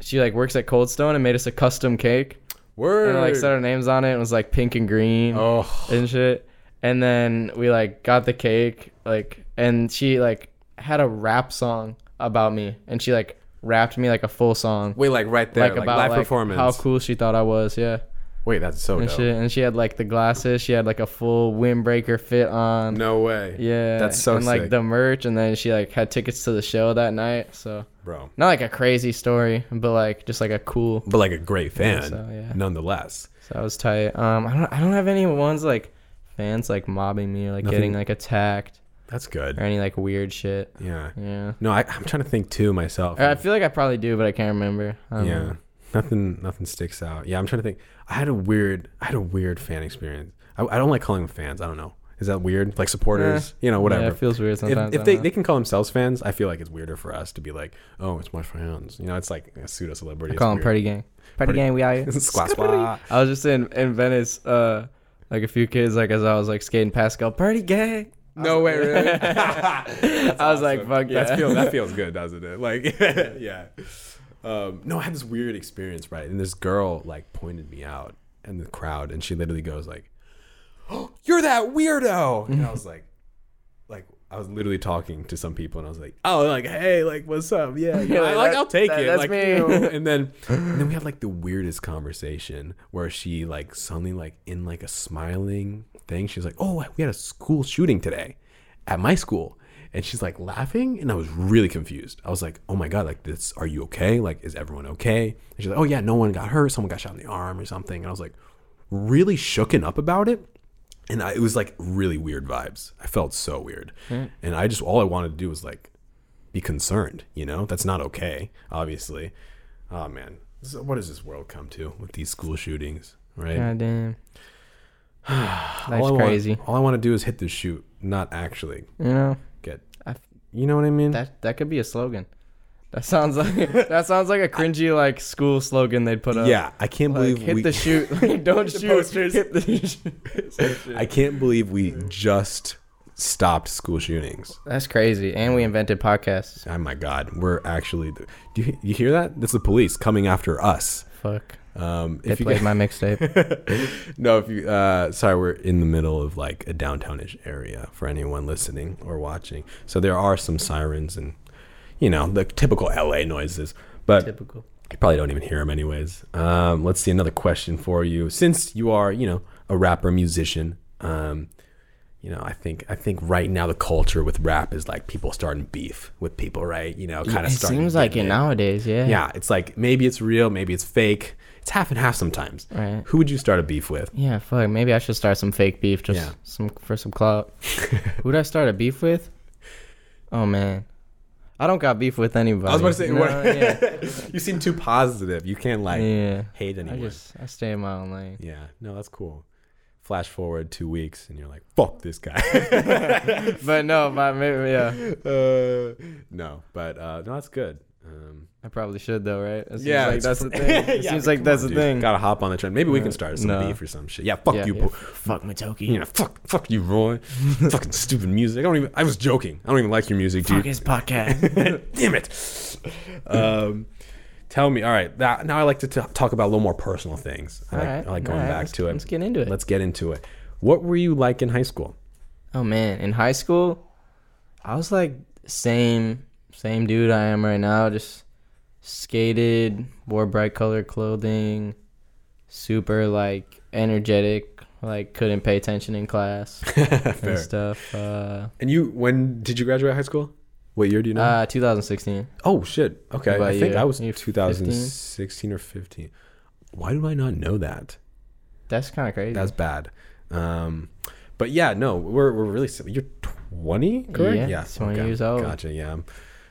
S2: she like works at Cold Stone and made us a custom cake
S1: Word.
S2: and like set our names on it. and It was like pink and green
S1: oh.
S2: and shit. And then we like got the cake like and she like had a rap song about me and she like rapped me like a full song.
S1: Wait, like right there, like,
S2: about
S1: live
S2: like
S1: performance.
S2: how cool she thought I was, yeah
S1: Wait, that's so
S2: and
S1: dope.
S2: she and she had like the glasses. She had like a full windbreaker fit on.
S1: No way.
S2: Yeah,
S1: That's so
S2: and like
S1: sick.
S2: the merch, and then she like had tickets to the show that night. So
S1: bro.
S2: not like a crazy story, but like just like a cool.
S1: But like a great fan,
S2: so, yeah.
S1: nonetheless.
S2: So that was tight. Um, I don't I don't have any ones like fans like mobbing me or like
S1: Nothing-
S2: getting like attacked
S1: That's good.
S2: or any like weird shit.
S1: Yeah.
S2: Yeah.
S1: No, I, I'm trying to think too myself.
S2: Or I feel like I probably do, but I can't remember. I don't
S1: yeah.
S2: know.
S1: Nothing, nothing sticks out. Yeah, I'm trying to think. I had a weird, I had a weird fan experience. I, I don't like calling them fans. I don't know. Is that weird? Like supporters, you know, whatever.
S2: Yeah, it feels weird
S1: If-
S2: sometimes.
S1: If,
S2: I
S1: they,
S2: don't
S1: they can call themselves fans, I feel like it's weirder for us to be like, oh, it's my fans. You know, it's like a pseudo celebrity.
S2: know. call them Party Gang. Party
S1: Party-
S2: Gang, we out here.
S1: Squat squat.
S2: I was just in in Venice, uh, like a few kids, like as I was like skating past, go Party Gang.
S1: No way, really.
S2: I was like, fuck yeah.
S1: That feels that feels good, doesn't it? Like, yeah. Um, no, I had this weird experience, right? And this girl like pointed me out in the crowd, and she literally goes like, oh, "You're that weirdo," and
S2: Mm-hmm.
S1: I was like, like. I was literally talking to some people, and I was like, "Oh, like, hey, like, what's up? Yeah, yeah,
S2: like,
S1: like,
S2: that-
S1: I'll take
S2: that-
S1: it.
S2: that's
S1: like,
S2: me.
S1: you know, and then and then we had like the weirdest conversation where she like suddenly like in like a smiling thing she's like oh we had a school shooting today at my school and she's like laughing and i was really confused i was like oh my god like this are you okay like is everyone okay and she's like oh yeah no one got hurt someone got shot in the arm or something and i was like really shooken up about it and I, it was like really weird vibes i felt so weird
S2: Hmm.
S1: and i just all i wanted to do was like be concerned. You know, that's not okay, obviously. Oh man, so what does this world come to with these school shootings, right?
S2: God damn.
S1: all
S2: Life's
S1: I
S2: crazy.
S1: Want, all I want to do is hit the shoot, not actually
S2: You know
S1: get.
S2: I-
S1: you know what I mean?
S2: that that could be a slogan. That sounds like that sounds like a cringy like school slogan they'd put up.
S1: yeah, I can't
S2: Like,
S1: believe
S2: hit
S1: we.
S2: the shoot. Like, don't shoot.
S1: posters.
S2: Hit the shoot.
S1: I can't believe we just stopped school shootings.
S2: That's crazy. And we invented podcasts.
S1: Oh my God, we're actually. The, do you, you hear that? That's the police coming after us.
S2: Fuck.
S1: Um,
S2: They
S1: if you
S2: played
S1: guys-
S2: my mixtape.
S1: no, if you uh, sorry, we're in the middle of like a downtownish area for anyone listening or watching. So there are some sirens and you know the typical LA noises, but
S2: Typical.
S1: you probably don't even hear them anyways. Um, let's see another question for you. Since you are you know a rapper musician, um, you know I think I think right now the culture with rap is like people starting beef with people, right? You know, kind of
S2: It
S1: starting.
S2: seems like it
S1: getting
S2: nowadays. Yeah.
S1: Yeah, it's like maybe it's real, maybe it's fake. It's half and half sometimes.
S2: Right.
S1: Who would you start a beef with?
S2: Yeah, fuck. Maybe I should start some fake beef just
S1: Yeah.
S2: some for some clout. Who'd I start a beef with? Oh man, I don't got beef with anybody.
S1: I was about to say,
S2: No,
S1: what-
S2: yeah,
S1: you seem too positive. You can't like
S2: yeah.
S1: hate
S2: I
S1: anyone.
S2: just I stay in my own lane.
S1: yeah, no, that's cool. Flash forward two weeks, and you're like, "Fuck this guy."
S2: But no, my maybe, yeah,
S1: uh, no, but uh, no, that's good. Um,
S2: I probably should though, right? It seems
S1: Yeah,
S2: like
S1: it's
S2: that's
S1: pr-
S2: the thing. It
S1: yeah,
S2: seems
S1: but
S2: like
S1: come
S2: that's
S1: on,
S2: the
S1: dude.
S2: thing.
S1: Gotta hop on the trend. Maybe we can
S2: Uh,
S1: start some
S2: no.
S1: beef or some shit. Yeah, fuck
S2: Yeah,
S1: you,
S2: yeah.
S1: Bo-
S2: Fuck Matoki.
S1: you know, fuck, fuck you, Roy. Fucking stupid music. I don't even. I was joking. I don't even like your music, dude.
S2: podcast.
S1: Damn it. Um, tell me. All right. That, now I like to t- talk about a little more personal things. I
S2: All
S1: like,
S2: right,
S1: I like going
S2: all right,
S1: back
S2: let's-
S1: to it.
S2: let's get into it.
S1: Let's get into it. What were you like in high school?
S2: oh man, in high school, I was like same same dude I am right now. Just skated, wore bright colored clothing, super like energetic, like couldn't pay attention in class and
S1: Fair.
S2: stuff. Uh,
S1: And you, when did you graduate high school? What year do you know?
S2: uh 2016.
S1: oh, shit. Okay.
S2: about
S1: I think
S2: you?
S1: I was
S2: You
S1: 2016 or 15. Why do I not know that?
S2: That's kind of crazy.
S1: That's bad. Um, but yeah, no, we're, we're really, sim- you're 20, correct?
S2: Yeah, 20 years old.
S1: Gotcha. Yeah. I'm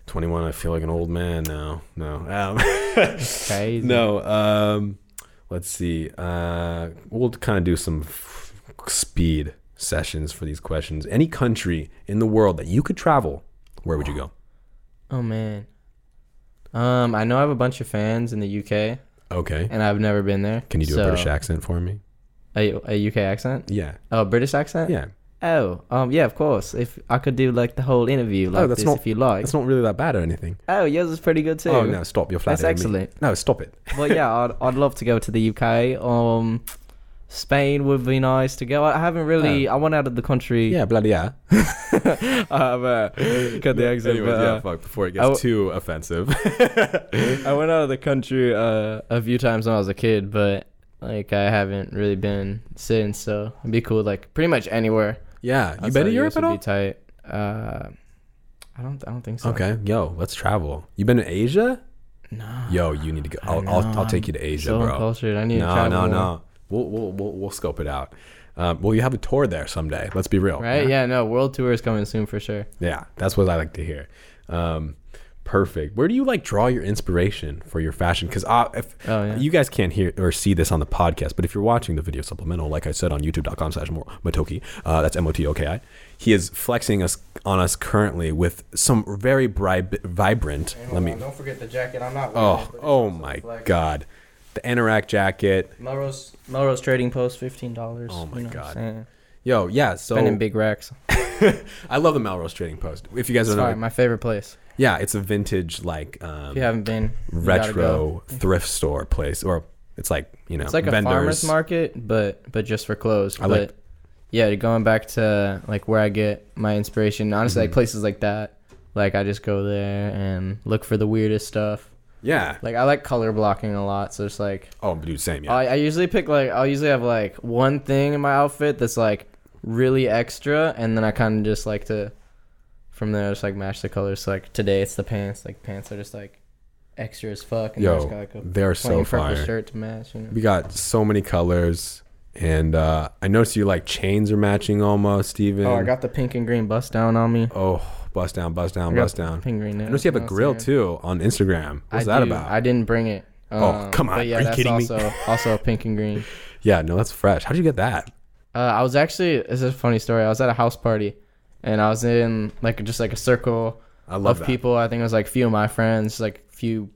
S1: 21. I feel like an old man now. No. Um,
S2: crazy.
S1: No. Um, let's see. Uh, we'll kind of do some f- speed sessions for these questions. Any country in the world that you could travel, where would you go?
S2: Oh man. Um, I know I have a bunch of fans in the UK,
S1: Okay.
S2: and I've never been there.
S1: Can you do a
S2: so-
S1: British accent for me?
S2: A, a UK accent?
S1: Yeah.
S2: Oh, British accent?
S1: Yeah.
S2: Oh, um, yeah, of course. If I could do like the whole interview like
S1: Oh, that's
S2: this,
S1: not-
S2: if you like.
S1: It's not really that bad or anything.
S2: Oh, yours is pretty good too.
S1: Oh no! Stop! You're flattering
S2: That's
S1: me.
S2: excellent.
S1: No, stop it.
S2: But yeah, I'd, I'd love to go to the UK. Um, Spain would be nice to go. I haven't really. I went out of the country.
S1: Yeah, bloody yeah.
S2: I've uh, cut the accent.
S1: Anyways,
S2: but,
S1: yeah,
S2: uh,
S1: fuck. Before it
S2: I
S1: gets too offensive.
S2: I went out of the country uh, a few times when I was a kid, but like I haven't really been since. So it'd be cool, like pretty much anywhere.
S1: yeah, you been
S2: outside
S1: to
S2: the
S1: Europe
S2: US
S1: at
S2: would
S1: all?
S2: Be tight. Uh, I don't. I don't think so.
S1: okay, yo, let's travel. You been to Asia?
S2: No.
S1: Yo, you need to go.
S2: I
S1: I'll,
S2: know,
S1: I'll, I'll
S2: I'm
S1: take you to Asia,
S2: so
S1: bro.
S2: uncultured. I need to
S1: no,
S2: travel
S1: no,
S2: more.
S1: no. We'll, we'll we'll we'll scope it out. Um, well, you have a tour there someday. Let's be real,
S2: Right? Yeah. No. World tour is coming soon for sure.
S1: Yeah, that's what I like to hear. Um, perfect. Where do you like draw your inspiration for your fashion? Because if
S2: Oh, yeah.
S1: you guys can't hear or see this on the podcast, but if you're watching the video supplemental, like I said on youtube.com slash motoki, uh, that's M O T O K I, he is flexing us on us currently with some very bri- vibrant. Let me.
S2: Don't forget the jacket. I'm not.
S1: Oh, oh my God. The anorak jacket.
S2: Melrose Melrose Trading Post, fifteen dollars.
S1: Oh my God. Oh. Yo, yeah. So
S2: Spending big racks.
S1: I love the Melrose Trading Post. If you guys don't
S2: Sorry,
S1: know,
S2: my favorite place.
S1: yeah, it's a vintage like um,
S2: If you haven't been, you gotta go.
S1: retro thrift store place, or it's like you know,
S2: It's like
S1: vendors.
S2: a farmer's market, but but just for clothes.
S1: I
S2: But
S1: like-
S2: yeah, going back to like where I get my inspiration. Honestly,
S1: Mm-hmm.
S2: like places like that. Like I just go there and look for the weirdest stuff.
S1: Yeah.
S2: Like I like color blocking a lot, so it's like
S1: Oh, dude, same. Yeah.
S2: I, I usually pick like I'll usually have like one thing in my outfit that's like really extra, and then I kind of just like to from there just like match the colors. So, like today it's the pants. Like pants are just like extra as fuck. And I
S1: Yo,
S2: just got, like, a
S1: they're so
S2: plain purple
S1: fire.
S2: Shirt to match. You know?
S1: We got so many colors, and uh, I noticed you like chains are matching almost even.
S2: Oh, I got the pink and green bust down on me.
S1: Oh, bust down, bust down,
S2: I got
S1: bust
S2: the
S1: down.
S2: Pink and green.
S1: I noticed you have a grill too on Instagram. What's that about?
S2: I didn't bring it. Um,
S1: Oh, come on,
S2: But yeah,
S1: are you
S2: that's
S1: kidding me?
S2: also also pink and green.
S1: yeah, no, that's fresh. How'd you get that?
S2: Uh, I was actually this is a funny story. I was at a house party, and I was in like just like a circle
S1: I love
S2: of
S1: that.
S2: people. I think it was like few of my friends, like few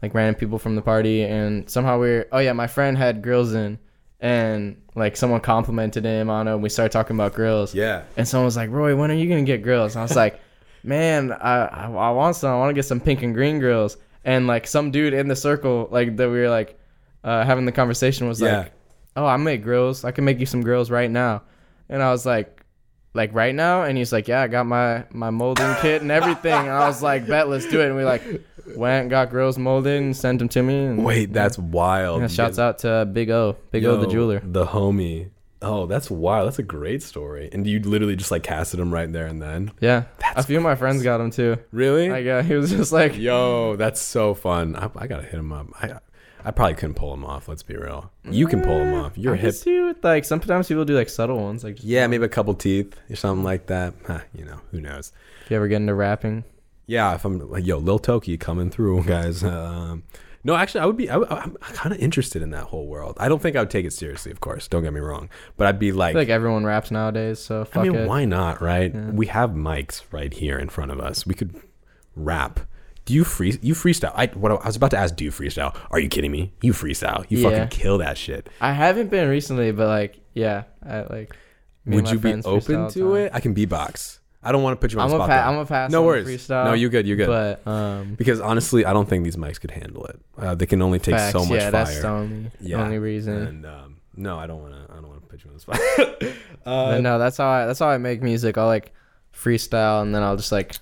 S2: like random people from the party, and somehow we are oh yeah, my friend had grills in, and like someone complimented him on it. And we started talking about grills.
S1: Yeah.
S2: And someone was like, Roy, when are you gonna get grills? And I was like, Man, I, I I want some. I want to get some pink and green grills. And like some dude in the circle, like that we were like uh, having the conversation was
S1: Yeah.
S2: like, Oh, I make grills. I can make you some grills right now. And I was like, like right now? And he's like, Yeah, I got my my molding kit and everything. And I was like, Bet, let's do it. And we like went, got grills molded, and sent them to me. And
S1: Wait, that's wild.
S2: yeah,
S1: You
S2: shouts
S1: guys-
S2: out to Big O, Big O the
S1: Yo,
S2: jeweler.
S1: the homie. Oh, that's wild. That's a great story. And you literally just like casted him right there and then.
S2: Yeah, a few of my friends got them too.
S1: Really?
S2: Like uh, he was just like,
S1: Yo, that's so fun. I, I gotta hit him up. I I probably couldn't pull him off. Let's be real. You can pull him off. You're
S2: I
S1: hip.
S2: guess you would, like sometimes people do like subtle ones. Like just,
S1: Yeah, maybe a couple teeth or something like that. Huh, you know, who knows?
S2: if you ever get into rapping,
S1: Yeah, if I'm like, yo, Lil Toki coming through, guys. Um, no, actually, I would be. I, would- I'm kind of interested in that whole world. I don't think I would take it seriously, of course. Don't get me wrong, but I'd be
S2: I
S1: like,
S2: feel like everyone raps nowadays. So fuck
S1: I mean,
S2: it.
S1: why not, right? We have mics right here in front of us. We could rap. Do you free you freestyle? I what I was about to ask, do you freestyle? Are you kidding me? You freestyle. You
S2: Yeah.
S1: fucking kill that shit.
S2: I haven't been recently, but like yeah, I like. me and
S1: Would
S2: my
S1: you be
S2: friends freestyle all
S1: open
S2: the
S1: to
S2: time.
S1: it? I can beatbox. I don't want to put you on
S2: I'm
S1: the
S2: a
S1: spot.
S2: pa-
S1: though.
S2: I'm a pass.
S1: No
S2: on
S1: worries.
S2: Freestyle,
S1: No, you good. You good.
S2: But um,
S1: because honestly, I don't think these mics could handle it. Uh, they can only take
S2: facts,
S1: so much fire.
S2: yeah, that's the only, only reason.
S1: And um, no, I don't want to. I don't want to put you on the spot.
S2: But no, that's how I that's how I make music. I'll like freestyle, and then I'll just like.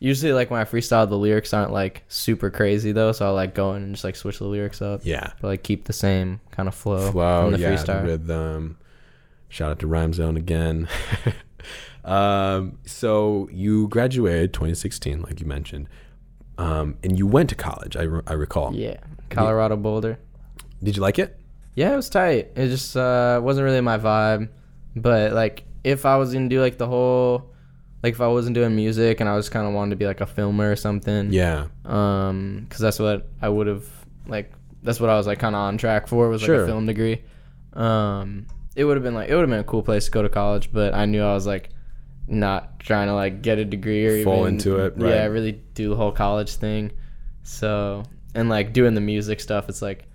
S2: Usually, like when I freestyle, the lyrics aren't like super crazy though, so I'll like go in and just like switch the lyrics up.
S1: yeah.
S2: but like keep the same kind of flow,
S1: flow,
S2: from the
S1: yeah, the
S2: freestyle.
S1: rhythm. Shout out to Rhyme Zone again. um, so you graduated 2016, like you mentioned, um, and you went to college. I, re- I recall.
S2: Yeah, Colorado Boulder.
S1: Did you like it?
S2: Yeah, it was tight. It just uh, wasn't really my vibe, but like if I was gonna do like the whole, like if I wasn't doing music and I was kind of wanted to be like a filmer or something.
S1: Yeah.
S2: Um, because that's what I would have like. That's what I was like kind of on track for was like
S1: Sure.
S2: a film degree. Um, it would have been like it would have been a cool place to go to college, but I knew I was like not trying to like get a degree or
S1: Fall
S2: even-
S1: into it, right.
S2: Yeah, really do the whole college thing. So and like doing the music stuff, it's like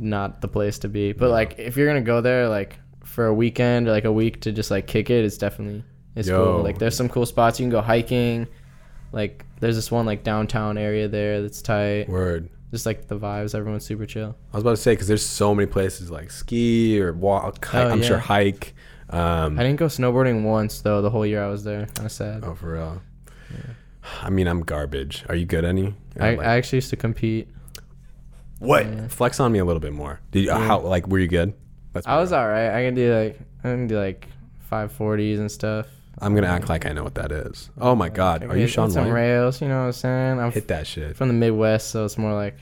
S2: not the place to be. But like if you're gonna go there like for a weekend or like a week to just like kick it, it's definitely it's
S1: Yo.
S2: cool. Like there's some cool spots you can go hiking. Like there's this one like downtown area there that's tight.
S1: Word.
S2: Just like the vibes, everyone's super chill.
S1: I was about to say because there's so many places like ski or walk. hi-
S2: Oh,
S1: I'm
S2: yeah.
S1: sure hike. Um,
S2: I didn't go snowboarding once though. The whole year I was there, kind of sad.
S1: oh, for real. I mean, I'm garbage. Are you good, any?
S2: I,
S1: Like-
S2: I actually used to compete.
S1: what? Flex on me a little bit more. Did you, how? Like, were you good? That's
S2: I was all right. I can do like I can do like 540s and stuff.
S1: I'm gonna act like I know what that is. Oh my god, are you
S2: Hit-
S1: Sean
S2: hit Some
S1: White?
S2: rails, you know what I'm saying? I'm
S1: Hit that shit.
S2: from the Midwest, so it's more like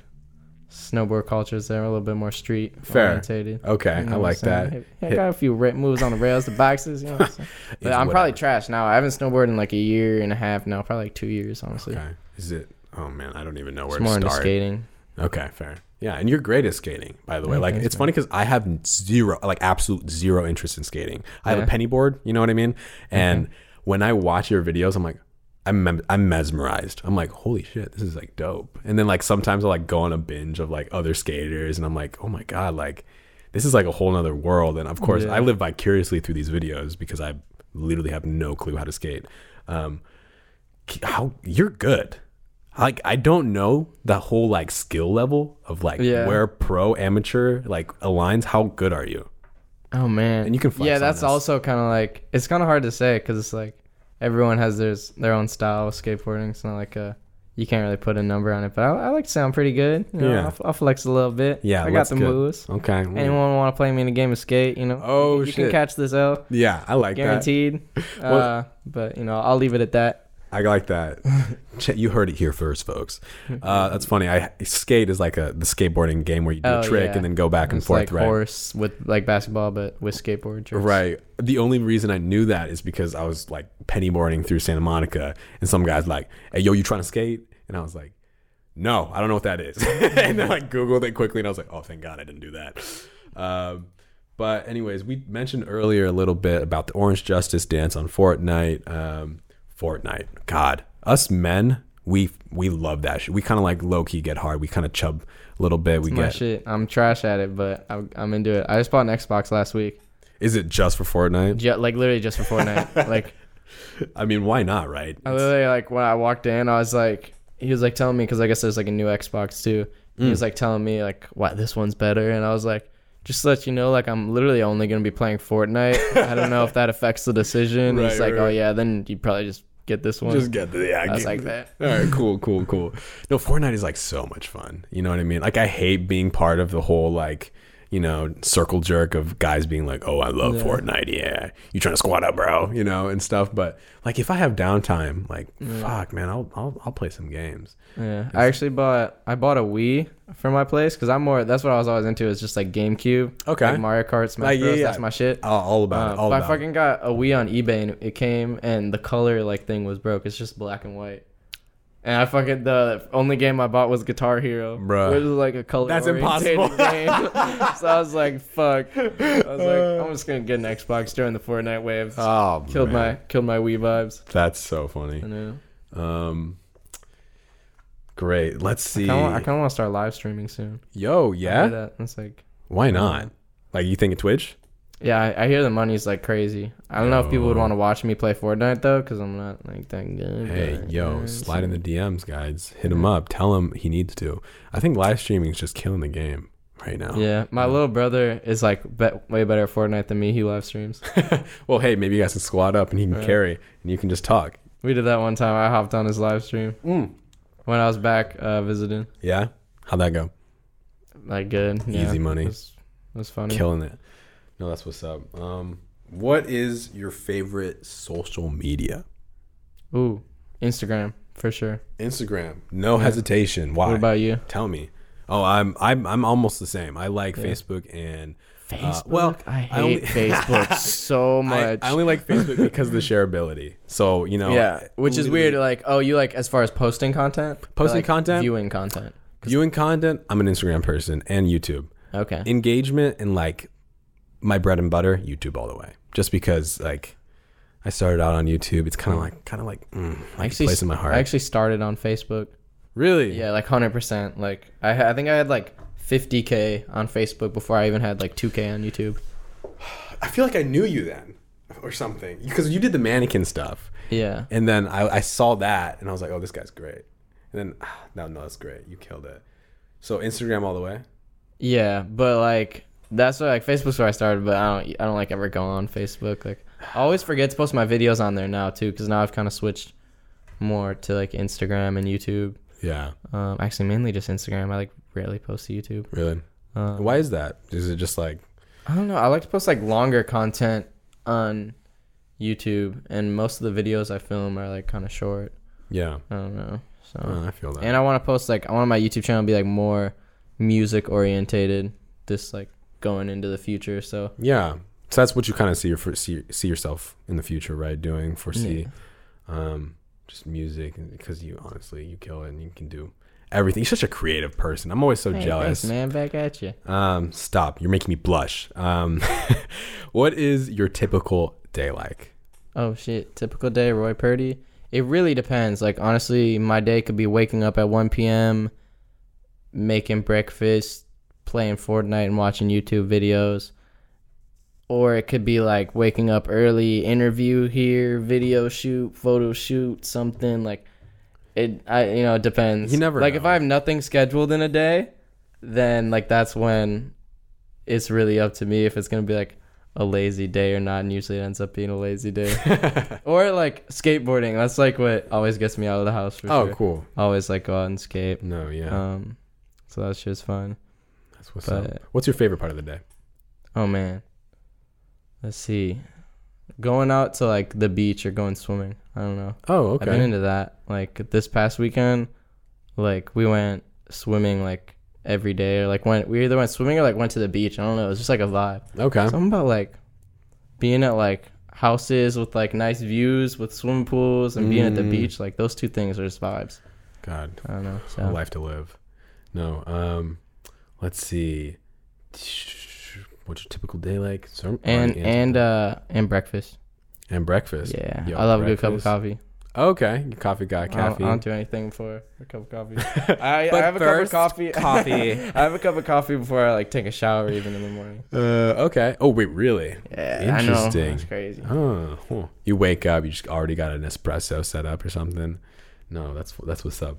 S2: snowboard cultures there, a little bit more street
S1: Fair.
S2: orientated.
S1: Okay,
S2: You
S1: I
S2: know what I'm
S1: like
S2: saying?
S1: that.
S2: I, I
S1: Hit-
S2: got a few ra- moves on the rails, the boxes. You know what I'm saying? But
S1: It's
S2: I'm probably
S1: whatever.
S2: trash now. I haven't snowboarded in like a year and a half now, probably like two years, honestly.
S1: Okay. Is it Oh man, I don't even know where
S2: more
S1: to
S2: into
S1: start.
S2: skating.
S1: Okay, fair. Yeah, and you're great at skating, by the way. Like, it's funny because I have zero, like, absolute zero interest in skating. I have a
S2: Yeah.
S1: penny board, you know what I mean? And when I watch your videos, I'm like, I'm, mem- I'm mesmerized. I'm like, holy shit, this is like dope. And then, like, sometimes I'll like go on a binge of like other skaters, and I'm like, oh my God, like, this is like a whole nother world. And of course, I live vicariously through these videos because I literally have no clue how to skate. Um, how you're good. Like I don't know the whole like skill level of like
S2: Yeah.
S1: where pro amateur like aligns. How good are you?
S2: Oh man,
S1: And you can flex
S2: yeah,
S1: on
S2: that's
S1: this.
S2: also kind of like it's kind of hard to say because it's like everyone has their their own style of skateboarding. It's not like a you can't really put a number on it, but I, I like to sound pretty good. You know,
S1: Yeah.
S2: I'll, I'll flex a little bit.
S1: Yeah,
S2: I got
S1: that's
S2: the
S1: good.
S2: moves.
S1: Okay. well,
S2: Anyone want to play me in a game of skate? You know,
S1: Oh,
S2: you, you can
S1: shit.
S2: catch this L,
S1: Yeah, I like
S2: guaranteed. uh, but you know, I'll leave it at that.
S1: that. I like that. Ch- you heard it here first, folks. Uh, that's funny. I skate is like a the skateboarding game where you do
S2: Oh,
S1: a trick
S2: yeah.
S1: and then go back and
S2: It's
S1: forth,
S2: like
S1: right?
S2: horse with like basketball, but with skateboard. tricks.
S1: Right. The only reason I knew that is because I was like penny boarding through Santa Monica, and some guys like, "Hey, yo, you trying to skate?" And I was like, "No, I don't know what that is." and then I googled it quickly, and I was like, "Oh, thank God, I didn't do that." Um, but anyways, we mentioned earlier a little bit about the Orange Justice dance on Fortnite. Um, Fortnite, God, us men, we we love that shit. We kind of like low key get hard. We kind of chub a little bit. we
S2: My
S1: get.
S2: shit, I'm trash at it, but I'm, I'm into it. I just bought an Xbox last week,
S1: Is it just for Fortnite?
S2: Ju- like literally just for Fortnite. like
S1: I mean, why not? Right?
S2: I literally like when I walked in, I was like, he was like telling me because I guess there's like a new Xbox too. He
S1: Mm.
S2: was like telling me like, "Wow, this one's better," and I was like, "Just to let you know, like I'm literally only gonna be playing Fortnite. I don't know if that affects the decision."
S1: Right,
S2: He's like,
S1: right,
S2: "Oh
S1: right.
S2: yeah, then you probably just get this one."
S1: Just get the yeah.
S2: I was
S1: get-
S2: like that.
S1: All right, cool, cool, cool. No, Fortnite is like so much fun. You know what I mean? Like I hate being part of the whole like you know circle jerk of guys being like, oh, I love Fortnite. Yeah, you trying to squat up, bro? You know and stuff. But like if I have downtime, like fuck, man, I'll I'll, I'll play some games.
S2: Yeah, I actually bought I bought a Wii for my place because I'm more. That's what I was always into is just like GameCube.
S1: Okay.
S2: like Mario Kart, Smash
S1: Like, yeah,
S2: Bros.
S1: yeah.
S2: That's my shit.
S1: All, all about
S2: Uh,
S1: it. All
S2: but
S1: about
S2: I
S1: it.
S2: fucking got a Wii on eBay and it came and the color like thing was broke. It's just black and white. And I fucking the only game I bought was Guitar Hero.
S1: Bruh.
S2: It was like a color.
S1: That's impossible.
S2: game. so I was like, fuck. I was like, I'm just gonna get an Xbox during the Fortnite waves.
S1: Oh,
S2: killed
S1: man.
S2: my killed my Wii vibes.
S1: That's so funny.
S2: I know.
S1: Um, great. Let's see.
S2: I kind of want to start live streaming soon.
S1: Yo,
S2: I hear
S1: yeah.
S2: that. It's like,
S1: Why not? Like you think of Twitch?
S2: yeah, I, I hear the money's like crazy. I don't know if people would want to watch me play Fortnite though, because I'm not like that good.
S1: Hey,
S2: but,
S1: yo,
S2: uh,
S1: slide in the DMs, guys. Hit him up. Tell him he needs to. I think live streaming is just killing the game right now.
S2: Yeah, my little brother is like be- way better at Fortnite than me. He live streams.
S1: Well, hey, maybe you guys can squad up and he can carry and you can just talk.
S2: we did that one time. I hopped on his live stream
S1: Mm.
S2: when I was back uh, visiting.
S1: Yeah? How'd that go?
S2: Like good, yeah.
S1: Easy money.
S2: It was, it was funny.
S1: Killing it. No, that's what's up. Um, what is your favorite social media?
S2: Ooh, Instagram for sure.
S1: Instagram. No hesitation. Why?
S2: What about you?
S1: Tell me. Oh, I'm I'm I'm almost the same. I like Facebook and uh, well,
S2: I hate
S1: only-
S2: Facebook so
S1: I,
S2: much.
S1: I only like Facebook because of the shareability. So you know,
S2: yeah, which is
S1: literally-
S2: weird. Like, oh, you like as far as posting content, But,
S1: Posting
S2: like,
S1: content?
S2: viewing content.
S1: Viewing content, I'm an Instagram person and YouTube.
S2: Okay.
S1: Engagement and like my bread and butter, YouTube all the way. Just because like I started out on YouTube, it's kind of like kind of like mm, like a place in my heart.
S2: I actually started on Facebook.
S1: really,
S2: Yeah, like hundred percent. Like I, ha- I think I had like fifty k on Facebook before I even had like two k on YouTube.
S1: I feel like I knew you then or something because you did the mannequin stuff,
S2: Yeah,
S1: and then I, I saw that and I was like, oh, this guy's great. And then ah, no, no, that's great. You killed it. So Instagram all the way.
S2: yeah, but like that's where like Facebook's where I started. But I don't, I don't like ever go on Facebook. Like I always forget to post my videos on there now too, because now I've kind of switched more to like Instagram and YouTube.
S1: Yeah,
S2: Um, actually, mainly just Instagram. I like rarely post to YouTube.
S1: really. Why is that? Is it just like
S2: I don't know. I like to post like longer content on YouTube, and most of the videos I film are like kind of short.
S1: yeah?
S2: I don't know. So.
S1: Oh, I feel that.
S2: And I want to post like I want my YouTube channel to be like more music orientated. This like going into the future. So
S1: Yeah. So that's what you kind of see your see, see yourself in the future, right? Doing foresee. Um, just music because you honestly you kill it and you can do everything. You're such a creative person. I'm always so
S2: Hey,
S1: jealous.
S2: thanks, man. Back at you.
S1: Um, stop. You're making me blush. Um, what is your typical day like?
S2: Oh shit! Typical day, Roy Purdy. It really depends. Like honestly, my day could be waking up at 1 p.m., making breakfast, playing Fortnite, and watching YouTube videos. Or it could be like waking up early, interview here, video shoot, photo shoot, something like it. I you know it depends.
S1: You never
S2: like
S1: know.
S2: if I have nothing scheduled in a day, then like that's when it's really up to me if it's gonna be like a lazy day or not. And usually it ends up being a lazy day. Or like skateboarding. That's like what always gets me out of the house for
S1: Oh,
S2: sure.
S1: cool.
S2: Always like go out and skate.
S1: No, yeah,
S2: Um, so that's just fun.
S1: that's what's
S2: but-
S1: up. What's your favorite part of the day?
S2: Oh man, let's see. Going out to like the beach or going swimming. I don't know.
S1: Oh,
S2: I've been
S1: okay.
S2: into that. Like this past weekend, like we went swimming like every day, or like went we either went swimming or like went to the beach. I don't know. It was just like a vibe.
S1: Okay.
S2: Something about like being at like houses with like nice views with swimming pools and being at the
S1: Mm.
S2: beach. Like those two things are just vibes.
S1: God,
S2: I don't know.
S1: a
S2: So
S1: life to live. No. Um, let's see. What's your typical day like? So I'm
S2: and
S1: already
S2: and
S1: answered
S2: uh and breakfast.
S1: that. and breakfast.
S2: Yeah, Uh,
S1: Yo,
S2: I love a good cup of
S1: breakfast.
S2: coffee.
S1: Okay, you coffee guy,
S2: I don't, I
S1: caffeine.
S2: don't do anything for a cup of coffee. I, I
S1: But
S2: have a
S1: first,
S2: cup of coffee.
S1: coffee.
S2: I have a cup of coffee before I like take a shower even in the morning.
S1: uh, okay. Oh wait, really?
S2: Yeah, I know. That's
S1: Interesting.
S2: crazy.
S1: Oh, huh. you wake up, you just already got an espresso set up or something. No, that's that's what's up.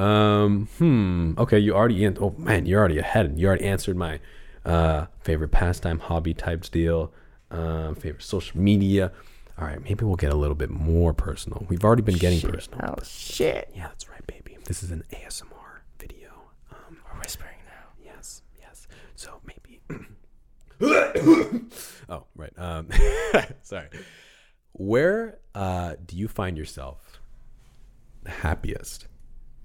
S1: Um, hmm. Okay, you already. An- oh man, you're already ahead. You already answered my uh, favorite pastime, hobby type deal. Um, favorite social media. All right, maybe we'll get a little bit more personal. We've already been getting personal.
S2: Oh shit!
S1: Yeah, that's right, baby. This is an ASMR video. Um,
S2: We're whispering now.
S1: Yes, yes. So maybe. oh, right. Um, sorry. Where uh, do you find yourself the happiest?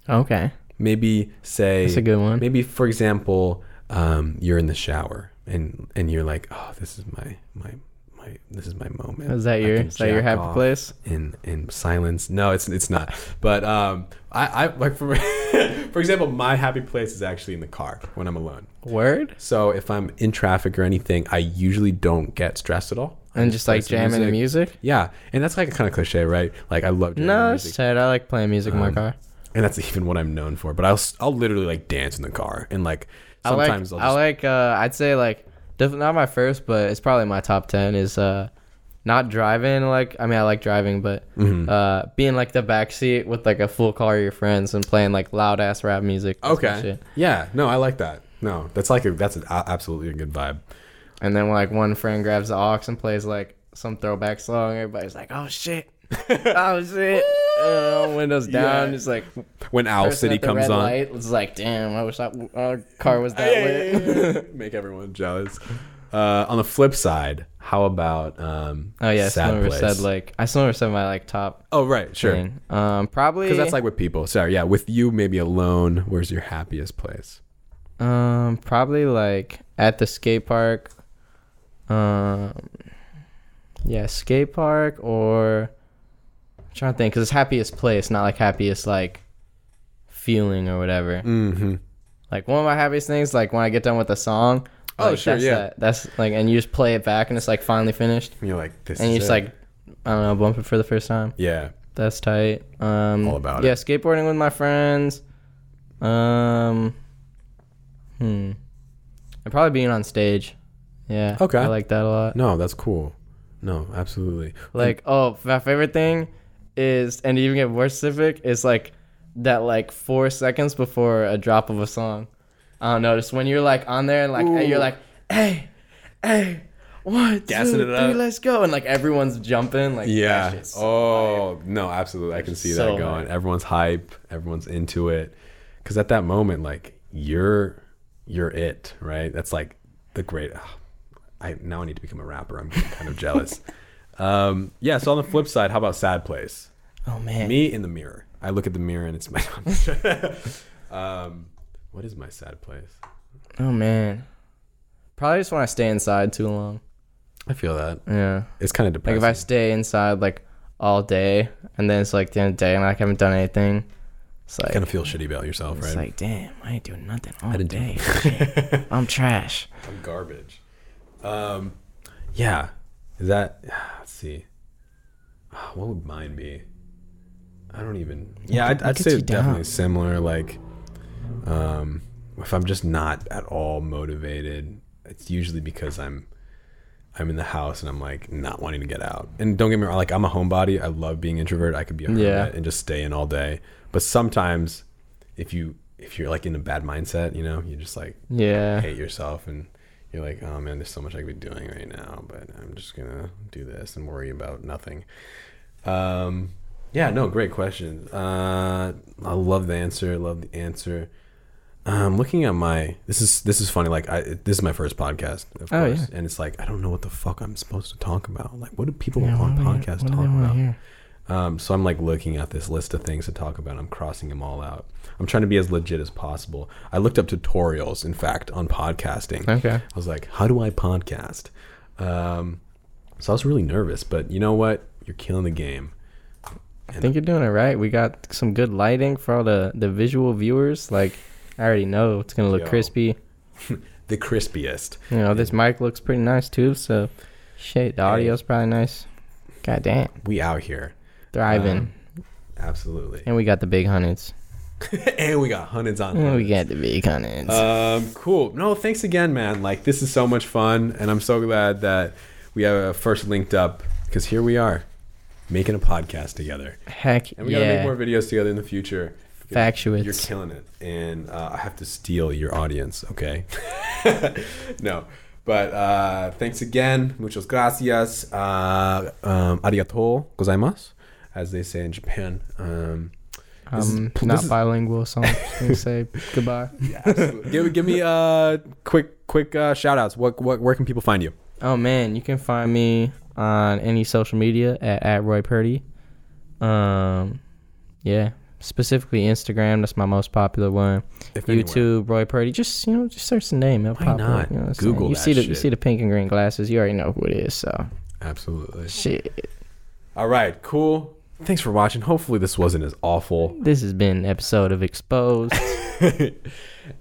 S2: Okay.
S1: Maybe say.
S2: That's a good one.
S1: Maybe, for example, um, you're in the shower and and you're like, oh, this is my my my this is my moment.
S2: Is that
S1: I
S2: your-
S1: can
S2: is that your
S1: jack
S2: happy
S1: off
S2: place?
S1: In in silence. No, it's it's not. But um, I I like for for example, my happy place is actually in the car when I'm alone.
S2: Word.
S1: So if I'm in traffic or anything, I usually don't get stressed at all. I
S2: And just like
S1: play some
S2: jamming to music.
S1: Yeah, and that's like a kind of cliche, right? Like I love jamming to
S2: No, it's
S1: music, Um,
S2: tight. I like playing music in my car.
S1: and that's even what I'm known for. But I'll s- I'll literally like dance in the car, and like
S2: I like.
S1: sometimes
S2: I
S1: will just
S2: like. Uh, I'd say like definitely not my first, but it's probably my top ten. Is uh, not driving. Like I mean, I like driving, but
S1: Mm-hmm.
S2: uh, being like the backseat with like a full car of your friends and playing like loud ass rap music. That's my
S1: okay,
S2: shit.
S1: yeah, no, I like that. No, that's like a, that's a, a- absolutely a good vibe.
S2: And then like one friend grabs the aux and plays like some throwback song. Everybody's like, oh shit, oh shit. Uh, windows down.
S1: Yeah.
S2: It's like
S1: When Owl
S2: person
S1: City
S2: at the
S1: comes
S2: red
S1: on,
S2: Light, it's like, damn, I wish that uh, car was that
S1: Hey,
S2: lit.
S1: make everyone jealous. Uh, on the flip side, how about um?
S2: Oh yeah,
S1: sad
S2: I still never
S1: place?
S2: said like I still never said my like top
S1: Oh right, sure.
S2: thing. Um, probably
S1: Because that's like with people. Sorry, yeah, with you maybe alone. Where's your happiest place?
S2: um probably like at the skate park. Um, yeah, skate park or I'm trying to think because it's happiest place, not like happiest like feeling or whatever.
S1: Mm-hmm.
S2: Like one of my happiest things, like when I get done with a song.
S1: Oh,
S2: like,
S1: sure,
S2: that's
S1: yeah.
S2: that- that's like, and you just play it back, and it's like finally finished,
S1: You're like this.
S2: and
S1: is
S2: you just
S1: it.
S2: like, I don't know, bump it for the first time.
S1: yeah.
S2: That's tight. Um,
S1: All about
S2: yeah,
S1: it.
S2: skateboarding with my friends. Um, hmm. And probably being on stage. Yeah.
S1: Okay.
S2: I like that a lot.
S1: No, that's cool. No, absolutely.
S2: Like, oh, my favorite thing is, and to even get more specific, is like that like four seconds before a drop of a song. I don't know, just when you're like on there and like you're like, hey, hey, one,
S1: Gassing
S2: two,
S1: it
S2: three,
S1: up.
S2: let's go, and like everyone's jumping, like that
S1: yeah.
S2: shit's-
S1: Oh no, absolutely. I can see
S2: so
S1: that going. Everyone's hype. Everyone's into it. Because at that moment, like you're, you're it, right? That's like the great. ah, I now I need to become a rapper. I'm getting kind of jealous. Um, yeah. So on the flip side, how about sad place?
S2: oh man,
S1: Me in the mirror. I look at the mirror and it's my. um, what is my sad place?
S2: oh man. Probably just when I stay inside too long.
S1: I feel that
S2: Yeah.
S1: it's kind of
S2: Like
S1: depressing.
S2: if I stay inside like all day, and then it's like the end of the day, and like, I haven't done anything. It's like
S1: Kind of feel shitty about yourself,
S2: it's
S1: right?
S2: like damn, I ain't doing nothing all
S1: didn't do
S2: day. I'm trash.
S1: I'm garbage. Um, yeah. Is that? Let's see. Ah, What would mine be? I don't even. Yeah, I'd,
S2: Look
S1: I'd
S2: at
S1: say
S2: you
S1: definitely
S2: down.
S1: similar. Like, um, if I'm just not at all motivated, it's usually because I'm. I'm in the house and I'm like not wanting to get out. And don't get me wrong, like I'm a homebody. I love being introvert. I could be a hermit
S2: Yeah.
S1: and just stay in all day. But sometimes, if you if you're like in a bad mindset, you know, you're just like
S2: Yeah.
S1: hate yourself and you're like, oh man, there's so much I could be doing right now, but I'm just gonna do this and worry about nothing. Um, yeah, no, great question. Uh, I love the answer. Love the answer. Um, looking at my this is this is funny. Like I this is my first podcast, of
S2: Oh,
S1: course,
S2: yeah.
S1: and it's like I don't know what the fuck I'm supposed to talk about. Like, what do people
S2: Yeah,
S1: on
S2: what do they-
S1: podcasts
S2: what do they
S1: talk
S2: wanna
S1: about?
S2: hear?
S1: Um, so I'm like looking at this list of things to talk about. I'm crossing them all out. I'm trying to be as legit as possible. I looked up tutorials, in fact, on podcasting.
S2: Okay.
S1: I was like, how do I podcast? Um, so I was really nervous, but you know what? You're killing the game.
S2: I think you're doing it right. We got some good lighting for all the the visual viewers. Like I already know it's gonna look
S1: Yo.
S2: crispy.
S1: The crispiest.
S2: You know this mic looks pretty nice too. So shit, the audio's probably nice. God damn,
S1: We out here.
S2: thriving.
S1: Um, Absolutely.
S2: and we got the big hundreds.
S1: and we got hundreds on
S2: And we
S1: hundreds.
S2: got the big hundreds.
S1: Um, cool. No, thanks again, man. Like, this is so much fun, and I'm so glad that we have uh, first linked up because here we are making a podcast together,
S2: Heck
S1: and we gotta make
S2: yeah.
S1: more videos together in the future. because
S2: Factuates.
S1: You're killing it, and uh, I have to steal your audience. Okay. no. But uh, thanks again. Muchas gracias. Uh, um, arigato gozaimasu, as they say in Japan. Um, this is-
S2: I'm
S1: this
S2: not
S1: is-
S2: bilingual, so I'm just gonna say goodbye.
S1: give, give me uh quick quick uh, shout outs. What what where can people find you?
S2: Oh man, you can find me on any social media at, at Roy Purdy. Um, yeah, specifically Instagram. That's my most popular one.
S1: If anywhere.
S2: YouTube, Roy Purdy. Just you know, just search the name. It'll
S1: Why
S2: pop
S1: not?
S2: up. You know what I'm
S1: Google that
S2: saying? You see the you
S1: shit.
S2: see the pink and green glasses. You already know who it is. So
S1: Absolutely.
S2: shit.
S1: All right, cool. Thanks for watching. Hopefully this wasn't as awful.
S2: This has been an episode of Exposed.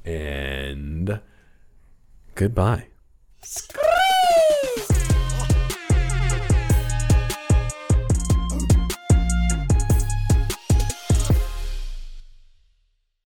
S1: And goodbye.
S3: Score!